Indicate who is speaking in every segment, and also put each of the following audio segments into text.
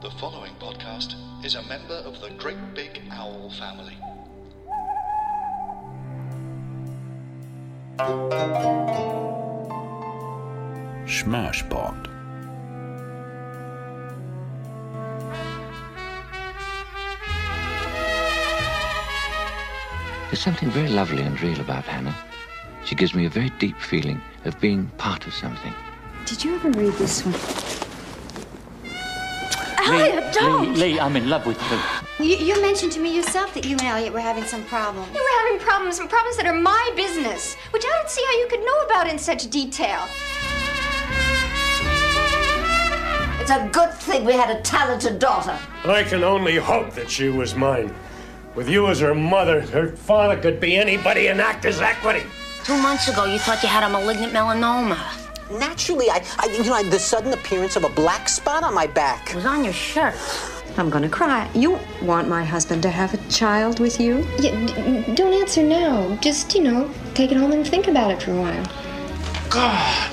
Speaker 1: The following podcast is a member of the Great Big Owl family.
Speaker 2: Smørsport.
Speaker 3: There's something very lovely and real about Hannah. She gives me a very deep feeling of being part of something.
Speaker 4: Did you ever read this one?
Speaker 5: Lee,
Speaker 4: Elliot, don't!
Speaker 5: Lee, Lee, I'm in love with you.
Speaker 4: You, you mentioned to me yourself that you and Elliot were having some problem.
Speaker 6: You were having problems, and problems that are my business, which I don't see how you could know about in such detail.
Speaker 7: It's a good thing we had a talented daughter.
Speaker 8: I can only hope that she was mine. With you as her mother, her father could be anybody and act as equity.
Speaker 9: Two months ago, you thought you had a malignant melanoma.
Speaker 10: Naturally, I, I you know, I, the sudden appearance of a black spot on my back.
Speaker 9: It was on your shirt.
Speaker 4: I'm gonna cry. You want my husband to have a child with you?
Speaker 6: Yeah, d- don't answer now. Just, you know, take it home and think about it for a while.
Speaker 11: God,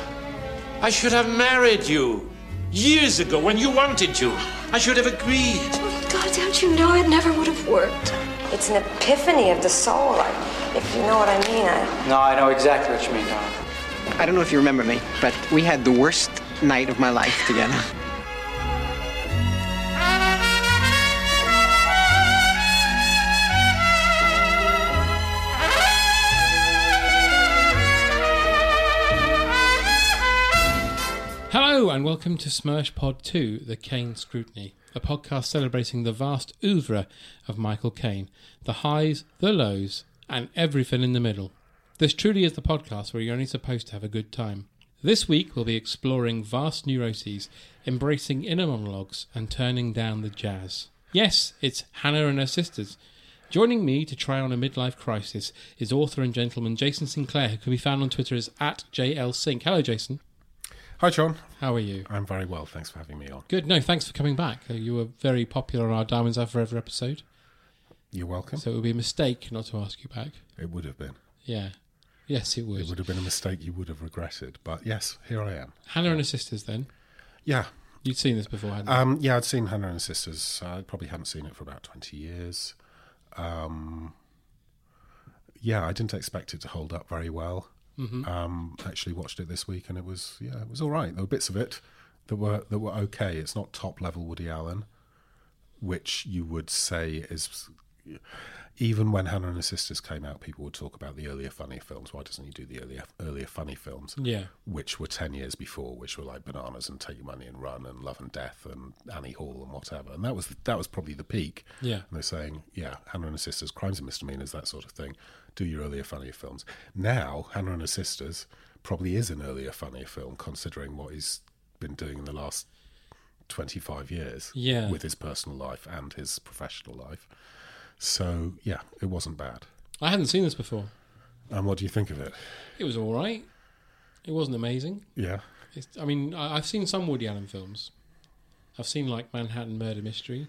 Speaker 11: I should have married you years ago when you wanted to. I should have agreed.
Speaker 6: God, don't you know it never would have worked?
Speaker 12: It's an epiphany of the soul, like, if you know what I mean. I...
Speaker 5: No, I know exactly what you mean, Donna.
Speaker 13: I don't know if you remember me, but we had the worst night of my life together.
Speaker 14: Hello and welcome to Smirsh Pod 2, The Kane Scrutiny, a podcast celebrating the vast oeuvre of Michael Caine, the highs, the lows, and everything in the middle. This truly is the podcast where you're only supposed to have a good time. This week we'll be exploring vast neuroses, embracing inner monologues, and turning down the jazz. Yes, it's Hannah and her sisters. Joining me to try on a midlife crisis is author and gentleman Jason Sinclair, who can be found on Twitter as at JLSync. Hello, Jason.
Speaker 15: Hi, John.
Speaker 14: How are you?
Speaker 15: I'm very well. Thanks for having me on.
Speaker 14: Good. No, thanks for coming back. Uh, You were very popular on our Diamonds Are Forever episode,
Speaker 15: You're welcome.
Speaker 14: so it would be a mistake not to ask you back.
Speaker 15: it would have been.
Speaker 14: Yeah. Yes, it would.
Speaker 15: It would have been a mistake you would have regretted. But yes, here I am.
Speaker 14: Hannah and her sisters, then.
Speaker 15: Yeah.
Speaker 14: You'd seen this before, hadn't you?
Speaker 15: Um, yeah, I'd seen Hannah and Sisters. uh, I probably hadn't seen it for about 20 years. Um, yeah, I didn't expect it to hold up very well.
Speaker 14: Mm-hmm.
Speaker 15: Um, actually watched it this week and it was, yeah, it was all right. There were bits of it that were, that were okay. It's not top level Woody Allen, which you would say is, even when Hannah and her sisters came out, people would talk about the earlier funny films. Why doesn't he do the earlier earlier funny films?
Speaker 14: Yeah.
Speaker 15: which were ten years before, which were like Bananas and Take Your Money and Run and Love and Death and Annie Hall and whatever. And that was that was probably the peak.
Speaker 14: Yeah.
Speaker 15: and they're saying, yeah, Hannah and her sisters, crimes and misdemeanors, that sort of thing. Do your earlier funnier films. Now, Hannah and her sisters probably is an earlier funnier film, considering what he's been doing in the last 25 years
Speaker 14: Yeah.
Speaker 15: with his personal life and his professional life. So, yeah, it wasn't bad.
Speaker 14: I hadn't seen this before.
Speaker 15: And what do you think of it?
Speaker 14: It was all right. It wasn't amazing.
Speaker 15: Yeah.
Speaker 14: It's, I mean, I, I've seen some Woody Allen films. I've seen like Manhattan Murder Mystery.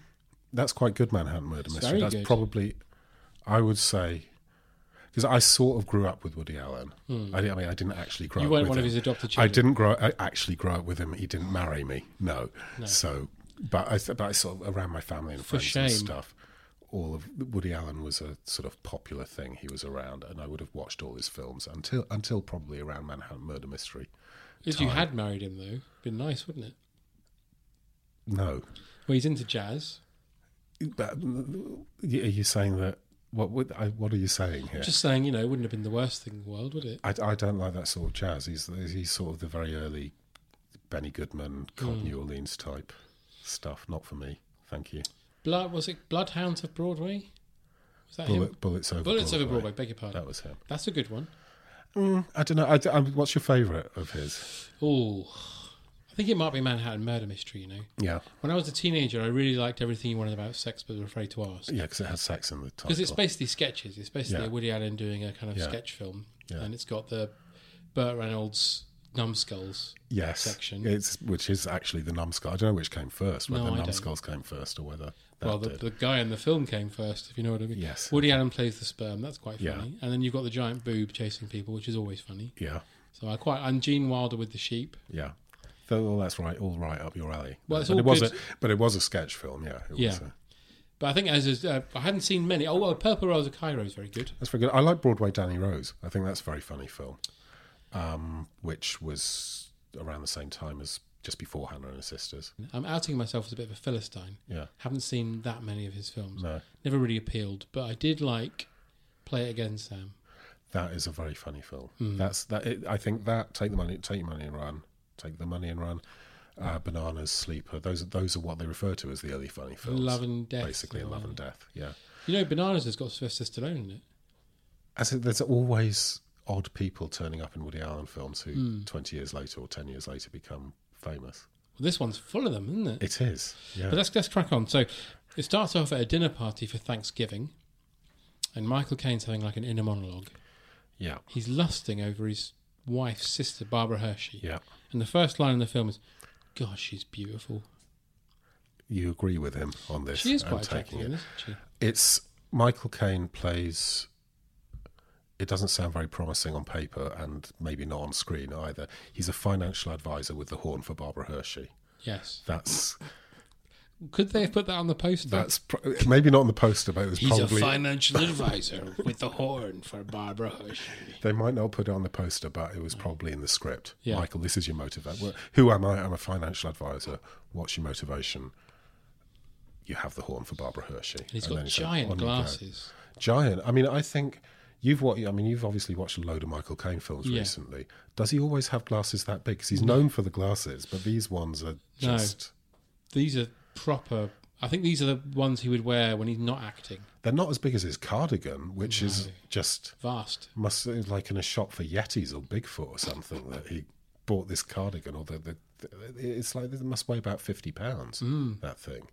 Speaker 15: That's quite good, Manhattan Murder Mystery.
Speaker 14: very
Speaker 15: That's
Speaker 14: good.
Speaker 15: probably, I would say, because I sort of grew up with Woody Allen. I, di- I mean, I didn't actually grow
Speaker 14: Hmm. You
Speaker 15: up
Speaker 14: weren't
Speaker 15: with
Speaker 14: one of
Speaker 15: him.
Speaker 14: his adopted
Speaker 15: I
Speaker 14: children.
Speaker 15: didn't grow. I actually grow up with him. He didn't marry me. No. So, but I, th- but I sort of around my family and
Speaker 14: For
Speaker 15: friends and
Speaker 14: shame.
Speaker 15: stuff. All of Woody Allen was a sort of popular thing. He was around, and I would have watched all his films until until probably around Manhattan Murder Mystery,
Speaker 14: If you had married him, though, been nice, wouldn't it?
Speaker 15: No.
Speaker 14: Well, he's into jazz.
Speaker 15: But um, y- are you saying that? What would I, What are you saying here?
Speaker 14: Just saying, you know, it wouldn't have been the worst thing in the world, would it?
Speaker 15: I, I don't like that sort of jazz. He's he's sort of the very early Benny Goodman, Cobb
Speaker 14: Mm.
Speaker 15: New Orleans type stuff. Not for me, thank you.
Speaker 14: Blood was it Bloodhounds of Broadway? Was that
Speaker 15: Bullet,
Speaker 14: him?
Speaker 15: bullets over
Speaker 14: Bullets
Speaker 15: Broadway.
Speaker 14: over Broadway. Beg your pardon.
Speaker 15: That was him.
Speaker 14: That's a good one.
Speaker 15: Mm, I don't know. I d I what's your favourite of his?
Speaker 14: Oh, I think it might be Manhattan Murder Mystery. You know.
Speaker 15: Yeah,
Speaker 14: When I was a teenager, I really liked everything you wanted about sex, but were afraid to ask.
Speaker 15: yeah, because it has sex in the title.
Speaker 14: Because it's basically sketches. It's basically
Speaker 15: Yeah.
Speaker 14: Woody Allen doing a kind of
Speaker 15: Yeah.
Speaker 14: sketch film,
Speaker 15: Yeah.
Speaker 14: and it's got the Burt Reynolds numbskulls
Speaker 15: yes,
Speaker 14: section.
Speaker 15: It's which is actually the numbskull. I don't know which came first. Whether
Speaker 14: No, I don't.
Speaker 15: numbskulls came first or whether that
Speaker 14: well, the,
Speaker 15: did.
Speaker 14: the guy in the film came first, if you know what I mean.
Speaker 15: Yes.
Speaker 14: Woody Allen plays the sperm. That's quite funny.
Speaker 15: Yeah.
Speaker 14: And then you've got the giant boob chasing people, which is always funny.
Speaker 15: Yeah.
Speaker 14: So I quite. I'm Gene Wilder with the sheep.
Speaker 15: Yeah. So, well, that's right. All right up your alley.
Speaker 14: Well, it's
Speaker 15: but
Speaker 14: all
Speaker 15: it was
Speaker 14: good-
Speaker 15: A, but it was a sketch film. Yeah. It
Speaker 14: yeah.
Speaker 15: Was a,
Speaker 14: But I think as a, uh, I hadn't seen many. Oh well, Purple Rose of Cairo is very good.
Speaker 15: that's very good. I like Broadway Danny Rose. I think that's a very funny film, um, which was around the same time as just before Hannah and her sisters.
Speaker 14: I'm outing myself as a bit of a philistine.
Speaker 15: Yeah.
Speaker 14: Haven't seen that many of his films.
Speaker 15: No.
Speaker 14: Never really appealed, but I did like Play It Again, Sam.
Speaker 15: That is a very funny film.
Speaker 14: Mm.
Speaker 15: That's that. It, I think that take the money, take your money and run, take the money and run. Uh, bananas, sleeper. Those are- those are what they refer to as the early funny films.
Speaker 14: Love and Death,
Speaker 15: basically.
Speaker 14: and
Speaker 15: Love
Speaker 14: all
Speaker 15: and
Speaker 14: that.
Speaker 15: death. Yeah.
Speaker 14: You know, Bananas has got Sylvester Stallone in it.
Speaker 15: As it, there's always odd people turning up in Woody Allen films who
Speaker 14: Mm.
Speaker 15: 20 years later or 10 years later become famous.
Speaker 14: Well, this one's full of them, isn't it?
Speaker 15: It is. Yeah.
Speaker 14: But let's, let's crack on. So it starts off at a dinner party for Thanksgiving, and Michael Caine's having like an inner monologue.
Speaker 15: Yeah.
Speaker 14: He's lusting over his wife's sister, Barbara Hershey.
Speaker 15: Yeah.
Speaker 14: And the first line in the film is, Gosh, she's beautiful.
Speaker 15: You agree with him on this.
Speaker 14: She is
Speaker 15: I'm
Speaker 14: quite
Speaker 15: taking
Speaker 14: attractive,
Speaker 15: it.
Speaker 14: isn't she?
Speaker 15: It's Michael Caine plays. It doesn't sound very promising on paper, and maybe not on screen either. He's a financial advisor with the horn for Barbara Hershey.
Speaker 14: Yes.
Speaker 15: That's
Speaker 14: Could they have put that on the poster?
Speaker 15: that's pro- maybe not on the poster, but it was
Speaker 14: He's
Speaker 15: probably
Speaker 14: a financial advisor with the horn for Barbara Hershey.
Speaker 15: They might not put it on the poster, but it was probably in the script.
Speaker 14: Yeah.
Speaker 15: Michael, this is your motivation. Who am I? I'm a financial advisor. What's your motivation? You have the horn for Barbara Hershey. And
Speaker 14: he's got
Speaker 15: then said,
Speaker 14: giant
Speaker 15: "On you go."
Speaker 14: glasses.
Speaker 15: Giant. I mean, I think you've what I mean. You've obviously watched a load of Michael Caine films
Speaker 14: Yeah.
Speaker 15: recently. Does he always have glasses that big? Because he's known for the glasses, but these ones are
Speaker 14: No.
Speaker 15: just.
Speaker 14: These are proper. I think these are the ones he would wear when he's not acting.
Speaker 15: They're not as big as his cardigan, which is
Speaker 14: No.
Speaker 15: just
Speaker 14: Vast.
Speaker 15: Must like in a shop for Yetis or Bigfoot or something that he bought this cardigan. Or the, the, the it's like it must weigh about fifty pounds.
Speaker 14: Mm.
Speaker 15: That thing,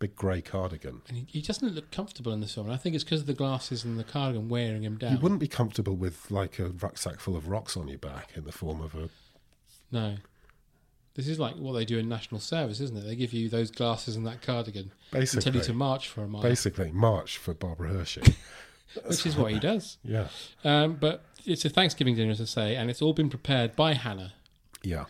Speaker 15: big grey cardigan.
Speaker 14: And he, he doesn't look comfortable in this film. And I think it's because of the glasses and the cardigan wearing him down.
Speaker 15: You wouldn't be comfortable with like a rucksack full of rocks on your back in the form of a
Speaker 14: No. This is like what they do in national service, isn't it? They give you those glasses and that cardigan
Speaker 15: basically
Speaker 14: and tell you to march for a mile,
Speaker 15: Basically, march for Barbara Hershey,
Speaker 14: which is what he does.
Speaker 15: Yeah,
Speaker 14: Um, but it's a Thanksgiving dinner, as I say, and it's all been prepared by Hannah.
Speaker 15: yeah.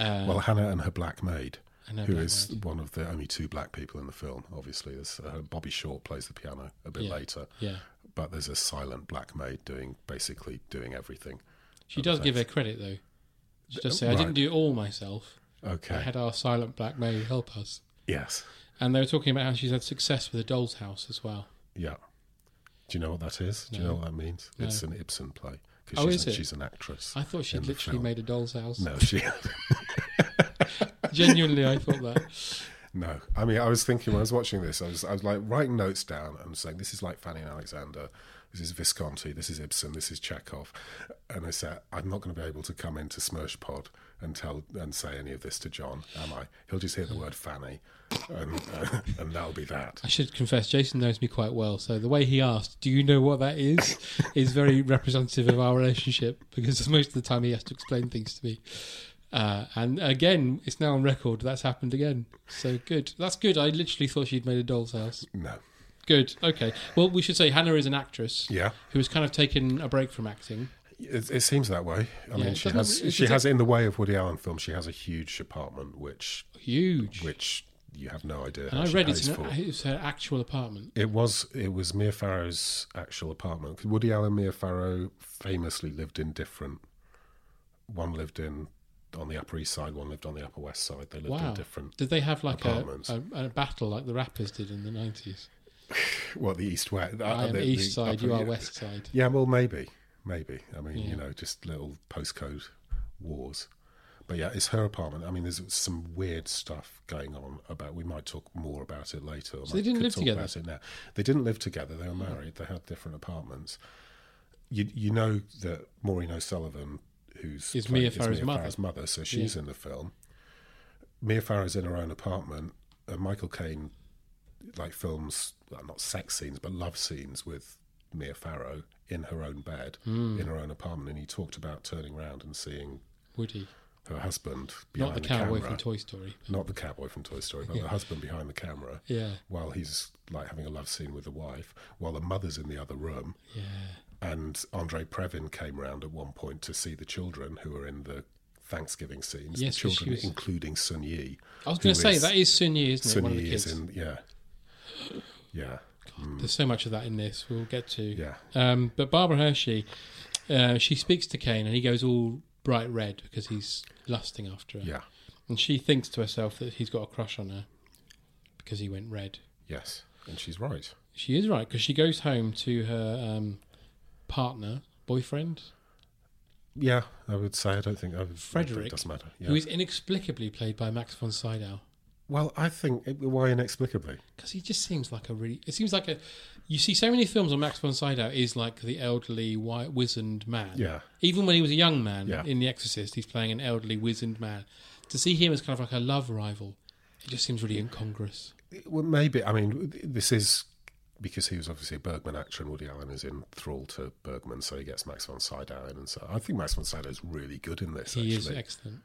Speaker 14: Uh,
Speaker 15: well, Hannah and her black maid,
Speaker 14: And her
Speaker 15: who
Speaker 14: black
Speaker 15: is one of the only two black people in the film. Obviously, there's, uh, Bobby Short plays the piano a bit
Speaker 14: Yeah,
Speaker 15: later.
Speaker 14: yeah.
Speaker 15: but there's a silent black maid doing basically doing everything.
Speaker 14: She
Speaker 15: at the
Speaker 14: does give her
Speaker 15: Thanks-
Speaker 14: credit though. She
Speaker 15: Th-
Speaker 14: does say, "I
Speaker 15: oh, right.
Speaker 14: didn't do it all myself.
Speaker 15: Okay.
Speaker 14: I had our silent black maid help us."
Speaker 15: Yes.
Speaker 14: And they were talking about how she's had success with a doll's house as well.
Speaker 15: Yeah. Do you know what that is? Do you
Speaker 14: No.
Speaker 15: know what that means?
Speaker 14: No.
Speaker 15: It's an Ibsen play. 'cause
Speaker 14: Oh,
Speaker 15: she's
Speaker 14: is
Speaker 15: a-
Speaker 14: it?
Speaker 15: She's an actress.
Speaker 14: I thought she'd
Speaker 15: in the
Speaker 14: literally
Speaker 15: film.
Speaker 14: made a doll's house.
Speaker 15: No, she.
Speaker 14: Genuinely, I thought that.
Speaker 15: No, I mean, I was thinking when I was watching this, I was, I was like writing notes down and saying, "This is like Fanny and Alexander, this is Visconti, this is Ibsen, this is Chekhov," and I said, "I'm not going to be able to come into Smirsh Pod and tell and say any of this to John, am I? He'll just hear the word Fanny, and uh, and that'll be that."
Speaker 14: I should confess, Jason knows me quite well. So the way he asked, "Do you know what that is?" is very representative of our relationship because most of the time he has to explain things to me. Uh, and again, it's now on record. That's happened again. So good. That's good. I literally thought she'd made a doll's house.
Speaker 15: No.
Speaker 14: Good. Okay. Well, we should say Hannah is an actress.
Speaker 15: Yeah.
Speaker 14: Who has kind of taken a break from acting.
Speaker 15: It, it seems that way. I
Speaker 14: Yeah,
Speaker 15: mean,
Speaker 14: it
Speaker 15: she
Speaker 14: doesn't-
Speaker 15: has
Speaker 14: it's-
Speaker 15: she
Speaker 14: it's
Speaker 15: has
Speaker 14: a-
Speaker 15: in the way of Woody Allen films. She has a huge apartment, which
Speaker 14: huge,
Speaker 15: which you have no idea.
Speaker 14: And
Speaker 15: how
Speaker 14: I
Speaker 15: she
Speaker 14: read
Speaker 15: pays
Speaker 14: it's,
Speaker 15: for.
Speaker 14: an, it's her actual apartment.
Speaker 15: It was it was Mia Farrow's actual apartment. 'Cause Woody Allen, Mia Farrow famously lived in different. One lived in on the Upper East Side, one lived on the Upper West Side. They lived
Speaker 14: wow.
Speaker 15: in different.
Speaker 14: Did they have like a,
Speaker 15: apartments.
Speaker 14: a, a battle like the rappers did in the 90s?
Speaker 15: Well, the East West.
Speaker 14: I am East Side, you are West Side.
Speaker 15: Yeah, well, maybe, maybe. I mean,
Speaker 14: Yeah.
Speaker 15: you know, just little postcode wars. But yeah, it's her apartment. I mean, there's some weird stuff going on about. We might talk more about it later. or
Speaker 14: So they
Speaker 15: might-
Speaker 14: didn't
Speaker 15: could
Speaker 14: live
Speaker 15: talk
Speaker 14: together?
Speaker 15: About it now. They didn't live together. They were married. They had different apartments. You you know that Maureen O'Sullivan, who's
Speaker 14: Is
Speaker 15: playing-
Speaker 14: Mia Farrow's mother.
Speaker 15: mother, so she's
Speaker 14: Yeah.
Speaker 15: in the film. Mia Farrow's in her own apartment, and Michael Caine like films well, not sex scenes but love scenes with Mia Farrow in her own bed
Speaker 14: Hmm.
Speaker 15: in her own apartment, and he talked about turning around and seeing
Speaker 14: Woody.
Speaker 15: her husband
Speaker 14: Not
Speaker 15: behind
Speaker 14: the cowboy
Speaker 15: camera.
Speaker 14: from Toy Story.
Speaker 15: Not the cowboy from Toy Story, but the husband behind the camera.
Speaker 14: Yeah.
Speaker 15: While he's like having a love scene with the wife, while the mother's in the other room.
Speaker 14: Yeah.
Speaker 15: And Andre Previn came round at one point to see the children who were in the Thanksgiving scenes.
Speaker 14: Yes,
Speaker 15: the
Speaker 14: 'cause she
Speaker 15: children,
Speaker 14: was-
Speaker 15: including Sun Yi.
Speaker 14: I was
Speaker 15: who
Speaker 14: going to say, that is Sun Yi, isn't it?
Speaker 15: Sun
Speaker 14: One of
Speaker 15: Yi
Speaker 14: the
Speaker 15: is
Speaker 14: kids.
Speaker 15: in, yeah. Yeah. Mm.
Speaker 14: There's so much of that in this. We'll get to.
Speaker 15: Yeah.
Speaker 14: Um, but Barbara Hershey, uh, she speaks to Kane, and he goes all bright red because he's lusting after her.
Speaker 15: Yeah.
Speaker 14: And she thinks to herself that he's got a crush on her because he went red.
Speaker 15: Yes. And she's right.
Speaker 14: She is right because she goes home to her um, partner, boyfriend,
Speaker 15: Yeah, I would say. I don't think. I would,
Speaker 14: Frederick.
Speaker 15: It doesn't matter. Yeah.
Speaker 14: who is inexplicably played by Max von Sydow.
Speaker 15: well, I think. Why inexplicably?
Speaker 14: Because he just seems like a really. It seems like a. You see so many films on Max von Sydow is like the elderly, white, wizened man.
Speaker 15: Yeah.
Speaker 14: Even when he was a young man
Speaker 15: Yeah.
Speaker 14: in The Exorcist, he's playing an elderly, wizened man. To see him as kind of like a love rival, it just seems really incongruous.
Speaker 15: Well, maybe. I mean, this is because he was obviously a Bergman actor, and Woody Allen is in thrall to Bergman, so he gets Max von Sydow in, and so I think Max von Sydow is really good in this.
Speaker 14: He is
Speaker 15: actually.
Speaker 14: excellent.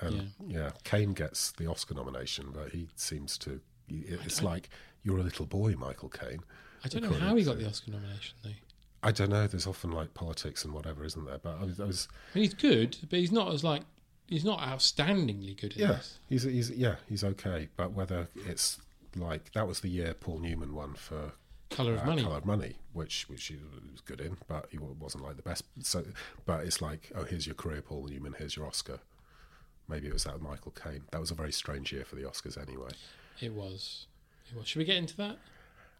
Speaker 15: And yeah. Kane gets the Oscar nomination, but he seems to. It's like you're a little boy, Michael Caine.
Speaker 14: I don't know
Speaker 15: according
Speaker 14: how he
Speaker 15: to-
Speaker 14: got the Oscar nomination though. I
Speaker 15: I don't know. There's often like politics and whatever, isn't there? But I was, I was
Speaker 14: mean, he's good, but he's not as like he's not outstandingly good. In
Speaker 15: yeah,
Speaker 14: this.
Speaker 15: he's, he's yeah, he's okay. But whether it's like that was the year Paul Newman won for
Speaker 14: Colour of Money.
Speaker 15: Color of Money, which which he was good in, but he wa- wasn't like the best. So, but it's like, oh, here's your career, Paul Newman. Here's your Oscar. Maybe it was that with Michael Caine. That was a very strange year for the Oscars, anyway.
Speaker 14: It was. It was. Should we get into that?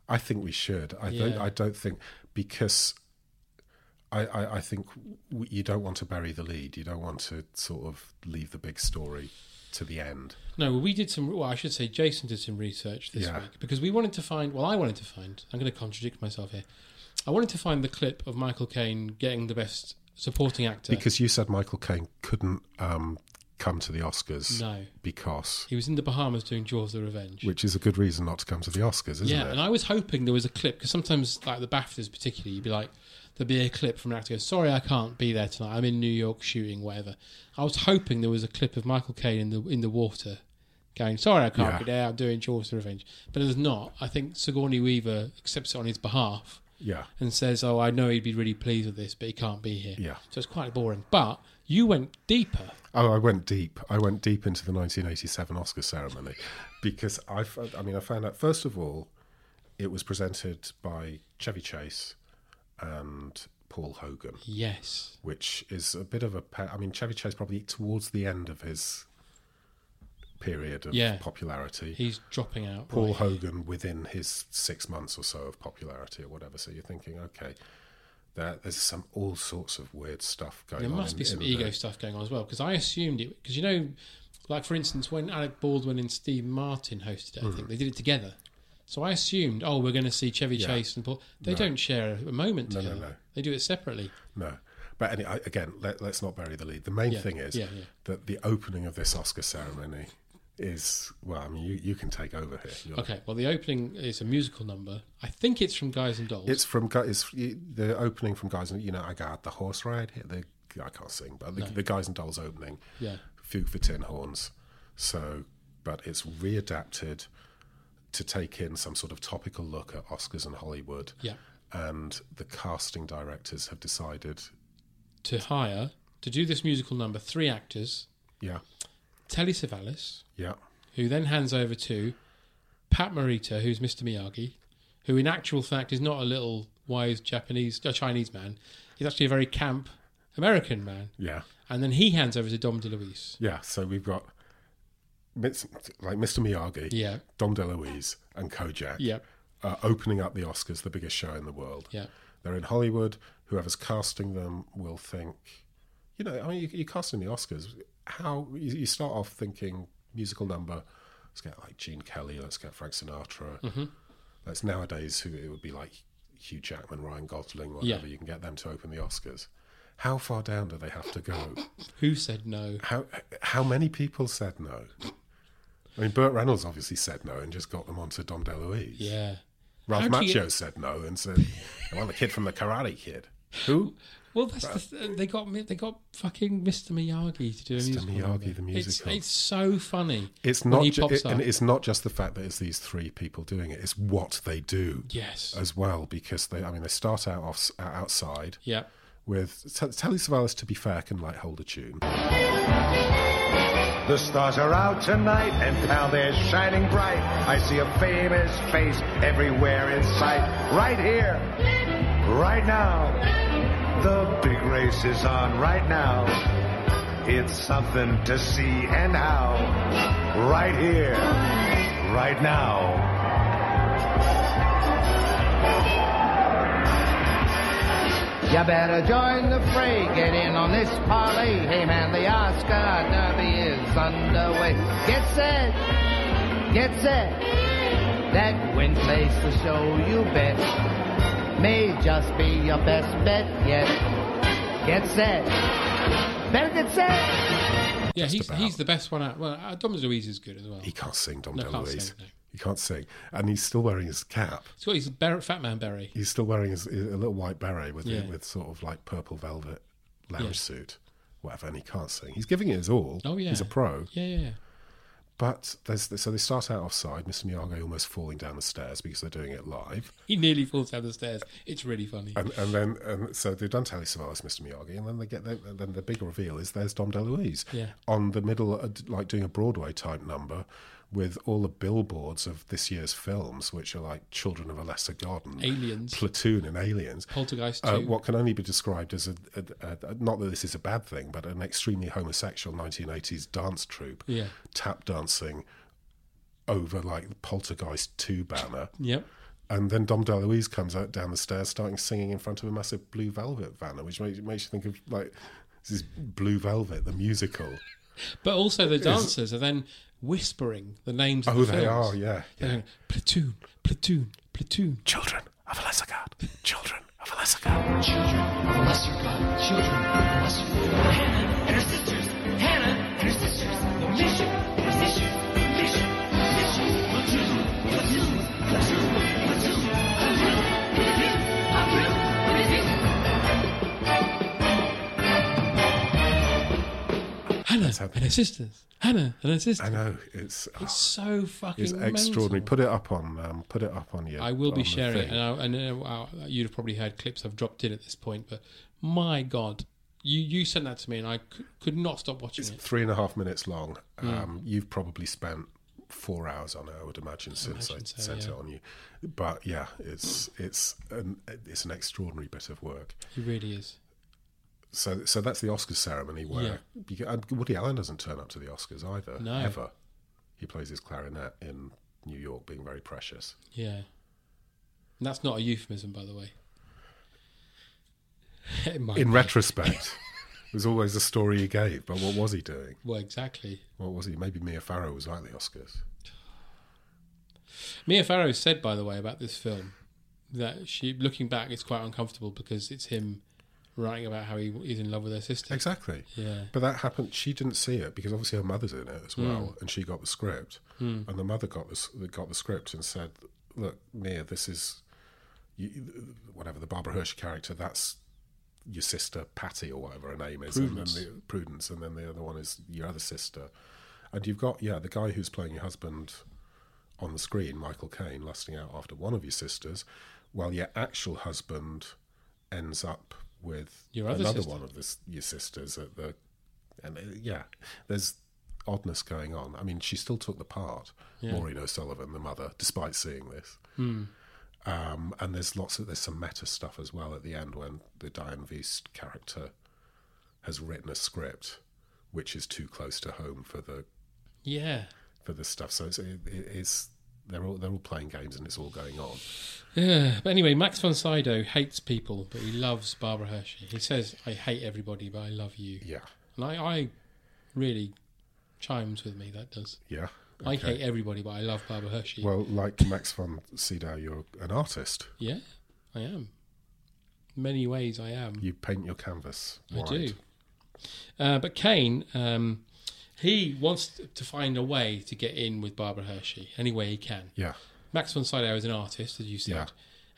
Speaker 15: I think we should. I don't.
Speaker 14: Yeah.
Speaker 15: I don't think because I, I, I think w- you don't want to bury the lead. You don't want to sort of leave the big story to the end.
Speaker 14: No, we did some. Well, I should say Jason did some research this
Speaker 15: Yeah.
Speaker 14: week because we wanted to find. Well, I wanted to find. I'm going to contradict myself here. I wanted to find the clip of Michael Caine getting the best supporting actor
Speaker 15: Because you said Michael Caine couldn't um, come to the Oscars.
Speaker 14: No.
Speaker 15: Because,
Speaker 14: he was in the Bahamas doing Jaws: The Revenge.
Speaker 15: which is a good reason not to come to the Oscars, isn't
Speaker 14: yeah,
Speaker 15: it?
Speaker 14: and I was hoping there was a clip because sometimes, like the Baftas particularly, you'd be like, there'd be a clip from an actor. Goes, Sorry, I can't be there tonight. I'm in New York shooting, whatever. I was hoping there was a clip of Michael Caine in the in the water, going, "Sorry, I can't
Speaker 15: Yeah.
Speaker 14: be there. I'm doing Jaws: The Revenge." But there's not. I think Sigourney Weaver accepts it on his behalf
Speaker 15: yeah.
Speaker 14: and says, "Oh, I know he'd be really pleased with this, but he can't be here."
Speaker 15: Yeah.
Speaker 14: So it's quite boring. But you went deeper.
Speaker 15: Oh, I went deep. I went deep into the 1987 Oscar ceremony because I, fo- I mean, I found out first of all, it was presented by Chevy Chase and Paul Hogan,
Speaker 14: Yes.
Speaker 15: which is a bit of a. pa- I mean, Chevy Chase probably towards the end of his period of
Speaker 14: Yeah.
Speaker 15: popularity.
Speaker 14: He's dropping out.
Speaker 15: Paul
Speaker 14: right?
Speaker 15: Hogan within his six months or so of popularity or whatever. So you're thinking, okay, there, there's some all sorts of weird stuff going
Speaker 14: There
Speaker 15: on.
Speaker 14: must
Speaker 15: in-
Speaker 14: be some
Speaker 15: in
Speaker 14: ego
Speaker 15: the-
Speaker 14: stuff going on as well because I assumed it because you know, like for instance, when Alec Baldwin and Steve Martin hosted it, I think they did it together. So I assumed, oh, we're going to see Chevy
Speaker 15: Hmm. Yeah.
Speaker 14: Chase and Paul. They
Speaker 15: No.
Speaker 14: don't share a moment
Speaker 15: No, no,
Speaker 14: together.
Speaker 15: no.
Speaker 14: They do it separately.
Speaker 15: No. But any, I, again, let, let's not bury the lead. The main
Speaker 14: Yeah,
Speaker 15: thing is
Speaker 14: yeah, yeah.
Speaker 15: that the opening of this Oscar ceremony is, well, I mean, you, you can take over here. You're-
Speaker 14: Okay. Well, the opening is a musical number. I think it's from Guys and Dolls.
Speaker 15: It's from Gu- it's the opening from Guys and you know I got the horse ride here. The I can't sing, but the,
Speaker 14: No.
Speaker 15: the Guys and Dolls opening.
Speaker 14: Yeah.
Speaker 15: Fugue for tin horns. So, but it's readapted to take in some sort of topical look at Oscars and Hollywood.
Speaker 14: Yeah.
Speaker 15: And the casting directors have decided,
Speaker 14: to hire to do this musical number three actors:
Speaker 15: yeah,
Speaker 14: Telly Savalas,
Speaker 15: yeah,
Speaker 14: who then hands over to Pat Morita, who's Mr. Miyagi, who in actual fact is not a little wise Japanese, a Chinese man. He's actually a very camp, a American man.
Speaker 15: Yeah.
Speaker 14: And then he hands over to Dom DeLuise.
Speaker 15: Yeah, so we've got Mits- like Mr. Miyagi,
Speaker 14: Yeah.
Speaker 15: Dom DeLuise, and Kojak
Speaker 14: Yeah.
Speaker 15: uh, opening up the Oscars, the biggest show in the world.
Speaker 14: Yeah.
Speaker 15: They're in Hollywood. Whoever's casting them will think, you know, I mean, you, you're casting the Oscars. How you, you start off thinking musical number. Let's get like Gene Kelly. Let's get Frank Sinatra.
Speaker 14: Mhm.
Speaker 15: That's nowadays who it would be like Hugh Jackman, Ryan Gosling,
Speaker 14: Yeah.
Speaker 15: whatever. You can get them to open the Oscars. How far down do they have to go?
Speaker 14: Who said no?
Speaker 15: How how many people said no? I mean, Burt Reynolds obviously said no and just got them onto Dom DeLuise.
Speaker 14: Yeah.
Speaker 15: Ralph
Speaker 14: How do
Speaker 15: Macchio
Speaker 14: you-
Speaker 15: said no and said, "Well, the kid from the Karate Kid, who
Speaker 14: Well, that's the th- they got me- they got fucking Mr. Miyagi to do a
Speaker 15: Mr.
Speaker 14: musical.
Speaker 15: Miyagi,
Speaker 14: number.
Speaker 15: the musical.
Speaker 14: It's, it's so funny.
Speaker 15: it's
Speaker 14: when
Speaker 15: not,
Speaker 14: he
Speaker 15: ju-
Speaker 14: pops
Speaker 15: it- and
Speaker 14: up.
Speaker 15: it's not just the fact that it's these three people doing it; it's what they do,
Speaker 14: Yes.
Speaker 15: as well. Because they, I mean, they start out off outside,
Speaker 14: Yeah.
Speaker 15: with T- Telly Savalas. To be fair, can like hold a tune.
Speaker 2: The stars are out tonight, and now they're shining bright. I see a famous face everywhere in sight. Right here, right now. The big race is on right now. It's something to see and how. Right here, right now.
Speaker 16: You better join the fray. Get in on this parlay. Hey man, the Oscar Derby is underway. Get set, get set. That win place the show you bet may just be your best bet yet. Get set, better get set.
Speaker 14: Yeah, he's, he's the best one out. Well, uh, Dom DeLuise is good as well.
Speaker 15: He can't sing, Dom
Speaker 14: No, can't
Speaker 15: DeLuise.
Speaker 14: sing, no.
Speaker 15: He can't sing, and he's still wearing his cap.
Speaker 14: He's got his ber- Fat Man Berry.
Speaker 15: He's still wearing his, a little white beret with
Speaker 14: Yeah.
Speaker 15: with sort of like purple velvet lounge
Speaker 14: Yeah.
Speaker 15: suit, whatever, and he can't sing. He's giving it his all.
Speaker 14: Oh, yeah.
Speaker 15: he's a pro.
Speaker 14: Yeah, yeah, yeah.
Speaker 15: But there's so they start out offside. Mr. Miyagi almost falling down the stairs because they're doing it live,
Speaker 14: He nearly falls down the stairs. It's really funny.
Speaker 15: and and then and so they've done Telly Savalas, Mr. Miyagi, and then they get the, then the big reveal is there's Dom DeLuise
Speaker 14: Yeah.
Speaker 15: on the middle, uh, like doing a Broadway type number. With all the billboards of this year's films, which are like Children of a Lesser God and
Speaker 14: Aliens.
Speaker 15: Platoon and Aliens,
Speaker 14: Poltergeist 2.
Speaker 15: uh, what can only be described as a, a, a, not that this is a bad thing, but an extremely homosexual 1980s dance troupe,
Speaker 14: Yeah.
Speaker 15: tap dancing over like the Poltergeist 2 banner.
Speaker 14: Yep.
Speaker 15: And then Dom DeLuise comes out down the stairs, starting singing in front of a massive blue velvet banner, which makes, makes you think of like this is Blue Velvet, the musical.
Speaker 14: But also the
Speaker 15: Is-
Speaker 14: dancers are then whispering the names of
Speaker 15: Oh,
Speaker 14: the
Speaker 15: they
Speaker 14: films.
Speaker 15: are, yeah,
Speaker 14: They're going, platoon, platoon, platoon.
Speaker 15: Children of a lesser god. Children of a lesser
Speaker 16: god. Children of a lesser god. Children of a lesser god. Hannah and her sisters. Hannah and her sisters. The mission. The mission. The mission. The mission. Matilda. Matilda. Matilda. Matilda. Matilda. Matilda. Matilda.
Speaker 14: Hannah and her sisters. Hannah and her sisters.
Speaker 15: I know it's oh,
Speaker 14: It's so fucking
Speaker 15: it's extraordinary.
Speaker 14: mental.
Speaker 15: Put it up on um, put it up on your.
Speaker 14: I will be
Speaker 15: on the
Speaker 14: sharing it,
Speaker 15: thing.
Speaker 14: and, I, and uh, wow, you'd have probably heard clips I've dropped in at this point. But my God, you you sent that to me, and I c- could not stop watching it.
Speaker 15: three and a half minutes long.
Speaker 14: Mm.
Speaker 15: Um, You've probably spent four hours on it, I would imagine, since I,
Speaker 14: imagine so,
Speaker 15: sent
Speaker 14: yeah.
Speaker 15: it on you. But yeah, it's it's an it's an extraordinary bit of work.
Speaker 14: It really is.
Speaker 15: So so that's the Oscars ceremony where beca- and Woody Allen doesn't turn up to the Oscars either.
Speaker 14: No.
Speaker 15: Ever. He plays his clarinet in New York, being very precious.
Speaker 14: Yeah, and that's not a euphemism, by the way. It might
Speaker 15: in
Speaker 14: be.
Speaker 15: retrospect, there's always a story he gave, but what was he doing?
Speaker 14: well, exactly.
Speaker 15: What was he? Maybe Mia Farrow was like the Oscars.
Speaker 14: Mia Farrow said, by the way, about this film that she, looking back, it's quite uncomfortable because it's him writing about how he is in love with her sister.
Speaker 15: Exactly.
Speaker 14: Yeah.
Speaker 15: But that happened. She didn't see it because obviously her mother's in it as well,
Speaker 14: Mm.
Speaker 15: and she got the script.
Speaker 14: Mm.
Speaker 15: And the mother got this got the script and said, "Look, Mia, this is you, whatever the Barbara Hershey character. That's your sister Patty or whatever her name is,
Speaker 14: Prudence.
Speaker 15: and then the, Prudence, and then the other one is your other sister. And you've got yeah, the guy who's playing your husband on the screen, Michael Caine, lusting out after one of your sisters, while your actual husband ends up with
Speaker 14: Your other
Speaker 15: another
Speaker 14: sister.
Speaker 15: one of this, your sisters at the and uh, yeah there's oddness going on i mean she still took the part
Speaker 14: Yeah.
Speaker 15: maureen o'sullivan the mother despite seeing this
Speaker 14: Hmm.
Speaker 15: um, and there's lots of there's some meta stuff as well at the end when the diane Wiest character has written a script which is too close to home for the
Speaker 14: Yeah.
Speaker 15: for this stuff. So it's, it, it's they're all they're all playing games and it's all going on.
Speaker 14: Yeah. But anyway, Max von Sydow hates people, but he loves Barbara Hershey. He says, I hate everybody, but I love you.
Speaker 15: Yeah.
Speaker 14: And I, I really chimes with me, that does.
Speaker 15: Yeah.
Speaker 14: I
Speaker 15: okay.
Speaker 14: hate everybody, but I love Barbara Hershey.
Speaker 15: Well, like Max von Sydow, you're an artist.
Speaker 14: yeah, I am. Many ways I am.
Speaker 15: You paint your canvas.
Speaker 14: I
Speaker 15: Wide.
Speaker 14: do. Uh, but Kane, um, he wants to find a way to get in with Barbara Hershey any way he can.
Speaker 15: Yeah.
Speaker 14: Max von Sydow is an artist, as you said,
Speaker 15: Yeah.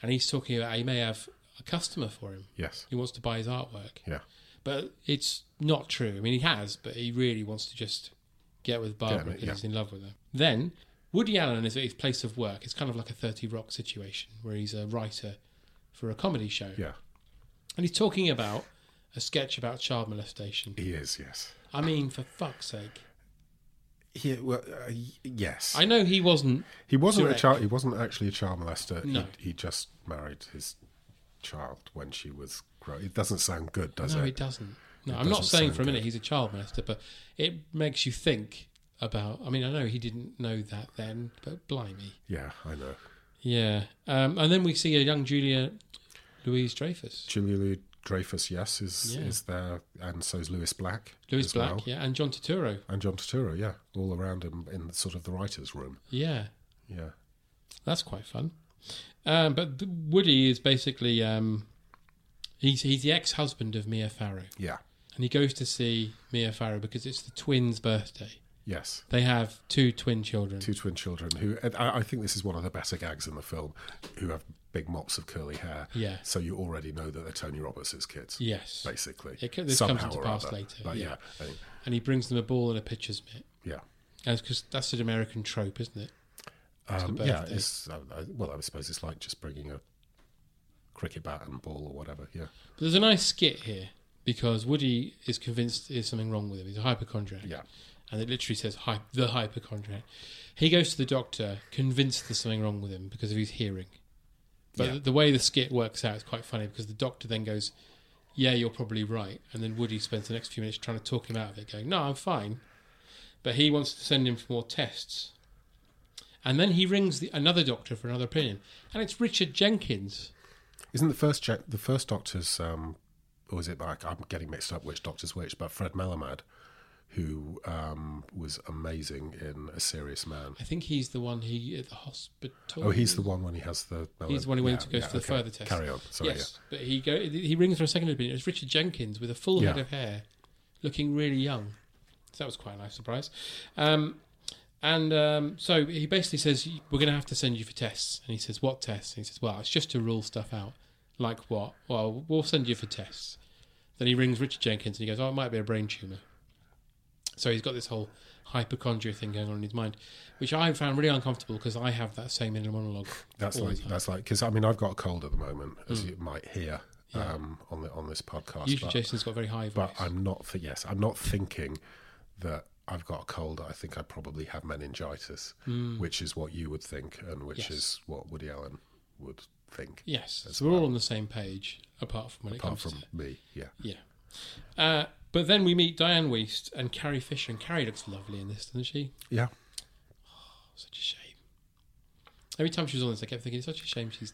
Speaker 14: and he's talking about he may have a customer for him.
Speaker 15: Yes.
Speaker 14: He wants to buy his artwork.
Speaker 15: Yeah.
Speaker 14: But it's not true. I mean, he has, but he really wants to just get with Barbara
Speaker 15: Yeah,
Speaker 14: because
Speaker 15: yeah.
Speaker 14: he's in love with her. Then Woody Allen is at his place of work. It's kind of like a 30 Rock situation where he's a writer for a comedy show.
Speaker 15: Yeah.
Speaker 14: And he's talking about a sketch about child molestation.
Speaker 15: He is. Yes.
Speaker 14: I mean, for fuck's sake.
Speaker 15: Yeah. Well. Uh, y- yes.
Speaker 14: I know he wasn't.
Speaker 15: He wasn't
Speaker 14: direct.
Speaker 15: a child. He wasn't actually a child molester.
Speaker 14: No.
Speaker 15: He, he just married his child when she was grown. It doesn't sound good, does
Speaker 14: no,
Speaker 15: it?
Speaker 14: it doesn't. No,
Speaker 15: It
Speaker 14: I'm not
Speaker 15: doesn't
Speaker 14: saying
Speaker 15: sound
Speaker 14: for a minute
Speaker 15: good.
Speaker 14: he's a child molester, but it makes you think about. I mean, I know he didn't know that then, but blimey.
Speaker 15: Yeah, I know.
Speaker 14: Yeah. Um, and then we see a young Julia Louise Dreyfus.
Speaker 15: Julia Louis Dreyfus, yes, is
Speaker 14: Yeah.
Speaker 15: is there, and so's Lewis Black.
Speaker 14: Louise
Speaker 15: as
Speaker 14: Black,
Speaker 15: well.
Speaker 14: yeah, and John Turturro.
Speaker 15: and John Turturro, yeah, all around him in sort of the writers' room.
Speaker 14: Yeah.
Speaker 15: Yeah,
Speaker 14: That's quite fun. Um, but th- Woody is basically um, he's he's the ex-husband of Mia Farrow.
Speaker 15: Yeah.
Speaker 14: And he goes to see Mia Farrow because it's the twins' birthday.
Speaker 15: yes.
Speaker 14: They have two twin children.
Speaker 15: Two twin children who and I, I think this is one of the better gags in the film, who have big mops of curly hair.
Speaker 14: Yeah.
Speaker 15: So you already know that they're Tony Roberts' kids.
Speaker 14: Yes.
Speaker 15: Basically.
Speaker 14: It co- this
Speaker 15: Somehow
Speaker 14: comes into
Speaker 15: or
Speaker 14: pass
Speaker 15: other.
Speaker 14: later.
Speaker 15: But
Speaker 14: yeah.
Speaker 15: yeah. I think-
Speaker 14: And he brings them a ball and a pitcher's mitt.
Speaker 15: Yeah.
Speaker 14: Because that's an American trope, isn't it? It's the
Speaker 15: Um, yeah,
Speaker 14: birthday.
Speaker 15: it's, uh, I- well, I suppose it's like just bringing a cricket bat and ball or whatever. Yeah,
Speaker 14: But there's a nice skit here because Woody is convinced there's something wrong with him. He's a hypochondriac.
Speaker 15: Yeah.
Speaker 14: And it literally says hy- the hypochondriac. He goes to the doctor convinced there's something wrong with him because of his hearing. But
Speaker 15: Yeah.
Speaker 14: the way the skit works out is quite funny because the doctor then goes, Yeah, you're probably right. And then Woody spends the next few minutes trying to talk him out of it, going, No, I'm fine. But he wants to send him for more tests. And then he rings the, another doctor for another opinion. And it's Richard Jenkins.
Speaker 15: isn't the first Jack, the first Doctor's, um, or is it like I'm getting mixed up which Doctor's which? But Fred Malamad, who um, was amazing in A Serious Man.
Speaker 14: I think he's the one he at the hospital.
Speaker 15: Oh, he's the one when he has the.
Speaker 14: He's the one who went
Speaker 15: uh, yeah,
Speaker 14: to go
Speaker 15: yeah,
Speaker 14: for the
Speaker 15: okay.
Speaker 14: further test.
Speaker 15: Carry on. Sorry.
Speaker 14: yes, but he go he rings for a second opinion. It was Richard Jenkins with a full head
Speaker 15: Yeah.
Speaker 14: of hair, looking really young. So that was quite a nice surprise. Um, and um, so he basically says, "We're going to have to send you for tests." And he says, "What tests?" And he says, "Well, it's just to rule stuff out." Like what? Well, we'll send you for tests. Then he rings Richard Jenkins and he goes, "Oh, it might be a brain tumor." So he's got this whole hypochondria thing going on in his mind, which I found really uncomfortable because I have that same inner monologue.
Speaker 15: That's
Speaker 14: all the
Speaker 15: like
Speaker 14: time.
Speaker 15: that's like because I mean I've got a cold at the moment as
Speaker 14: Mm.
Speaker 15: you might hear um, on the on this podcast.
Speaker 14: Usually
Speaker 15: but-
Speaker 14: Jason's got a very high voice.
Speaker 15: but I'm not. Th- yes, I'm not thinking that I've got a cold. I think I probably have meningitis,
Speaker 14: Mm.
Speaker 15: which is what you would think, and which
Speaker 14: Yes.
Speaker 15: is what Woody Allen would think.
Speaker 14: Yes,
Speaker 15: as
Speaker 14: so we're
Speaker 15: well,
Speaker 14: all on the same page, apart from when
Speaker 15: apart
Speaker 14: it comes
Speaker 15: from
Speaker 14: to
Speaker 15: me. Yeah,
Speaker 14: yeah. Uh, but then we meet Diane Weist and Carrie Fisher, and Carrie looks lovely in this, doesn't she? Oh,
Speaker 15: yeah.
Speaker 14: Such a shame. Every time she was on this, I kept thinking it's such a shame she's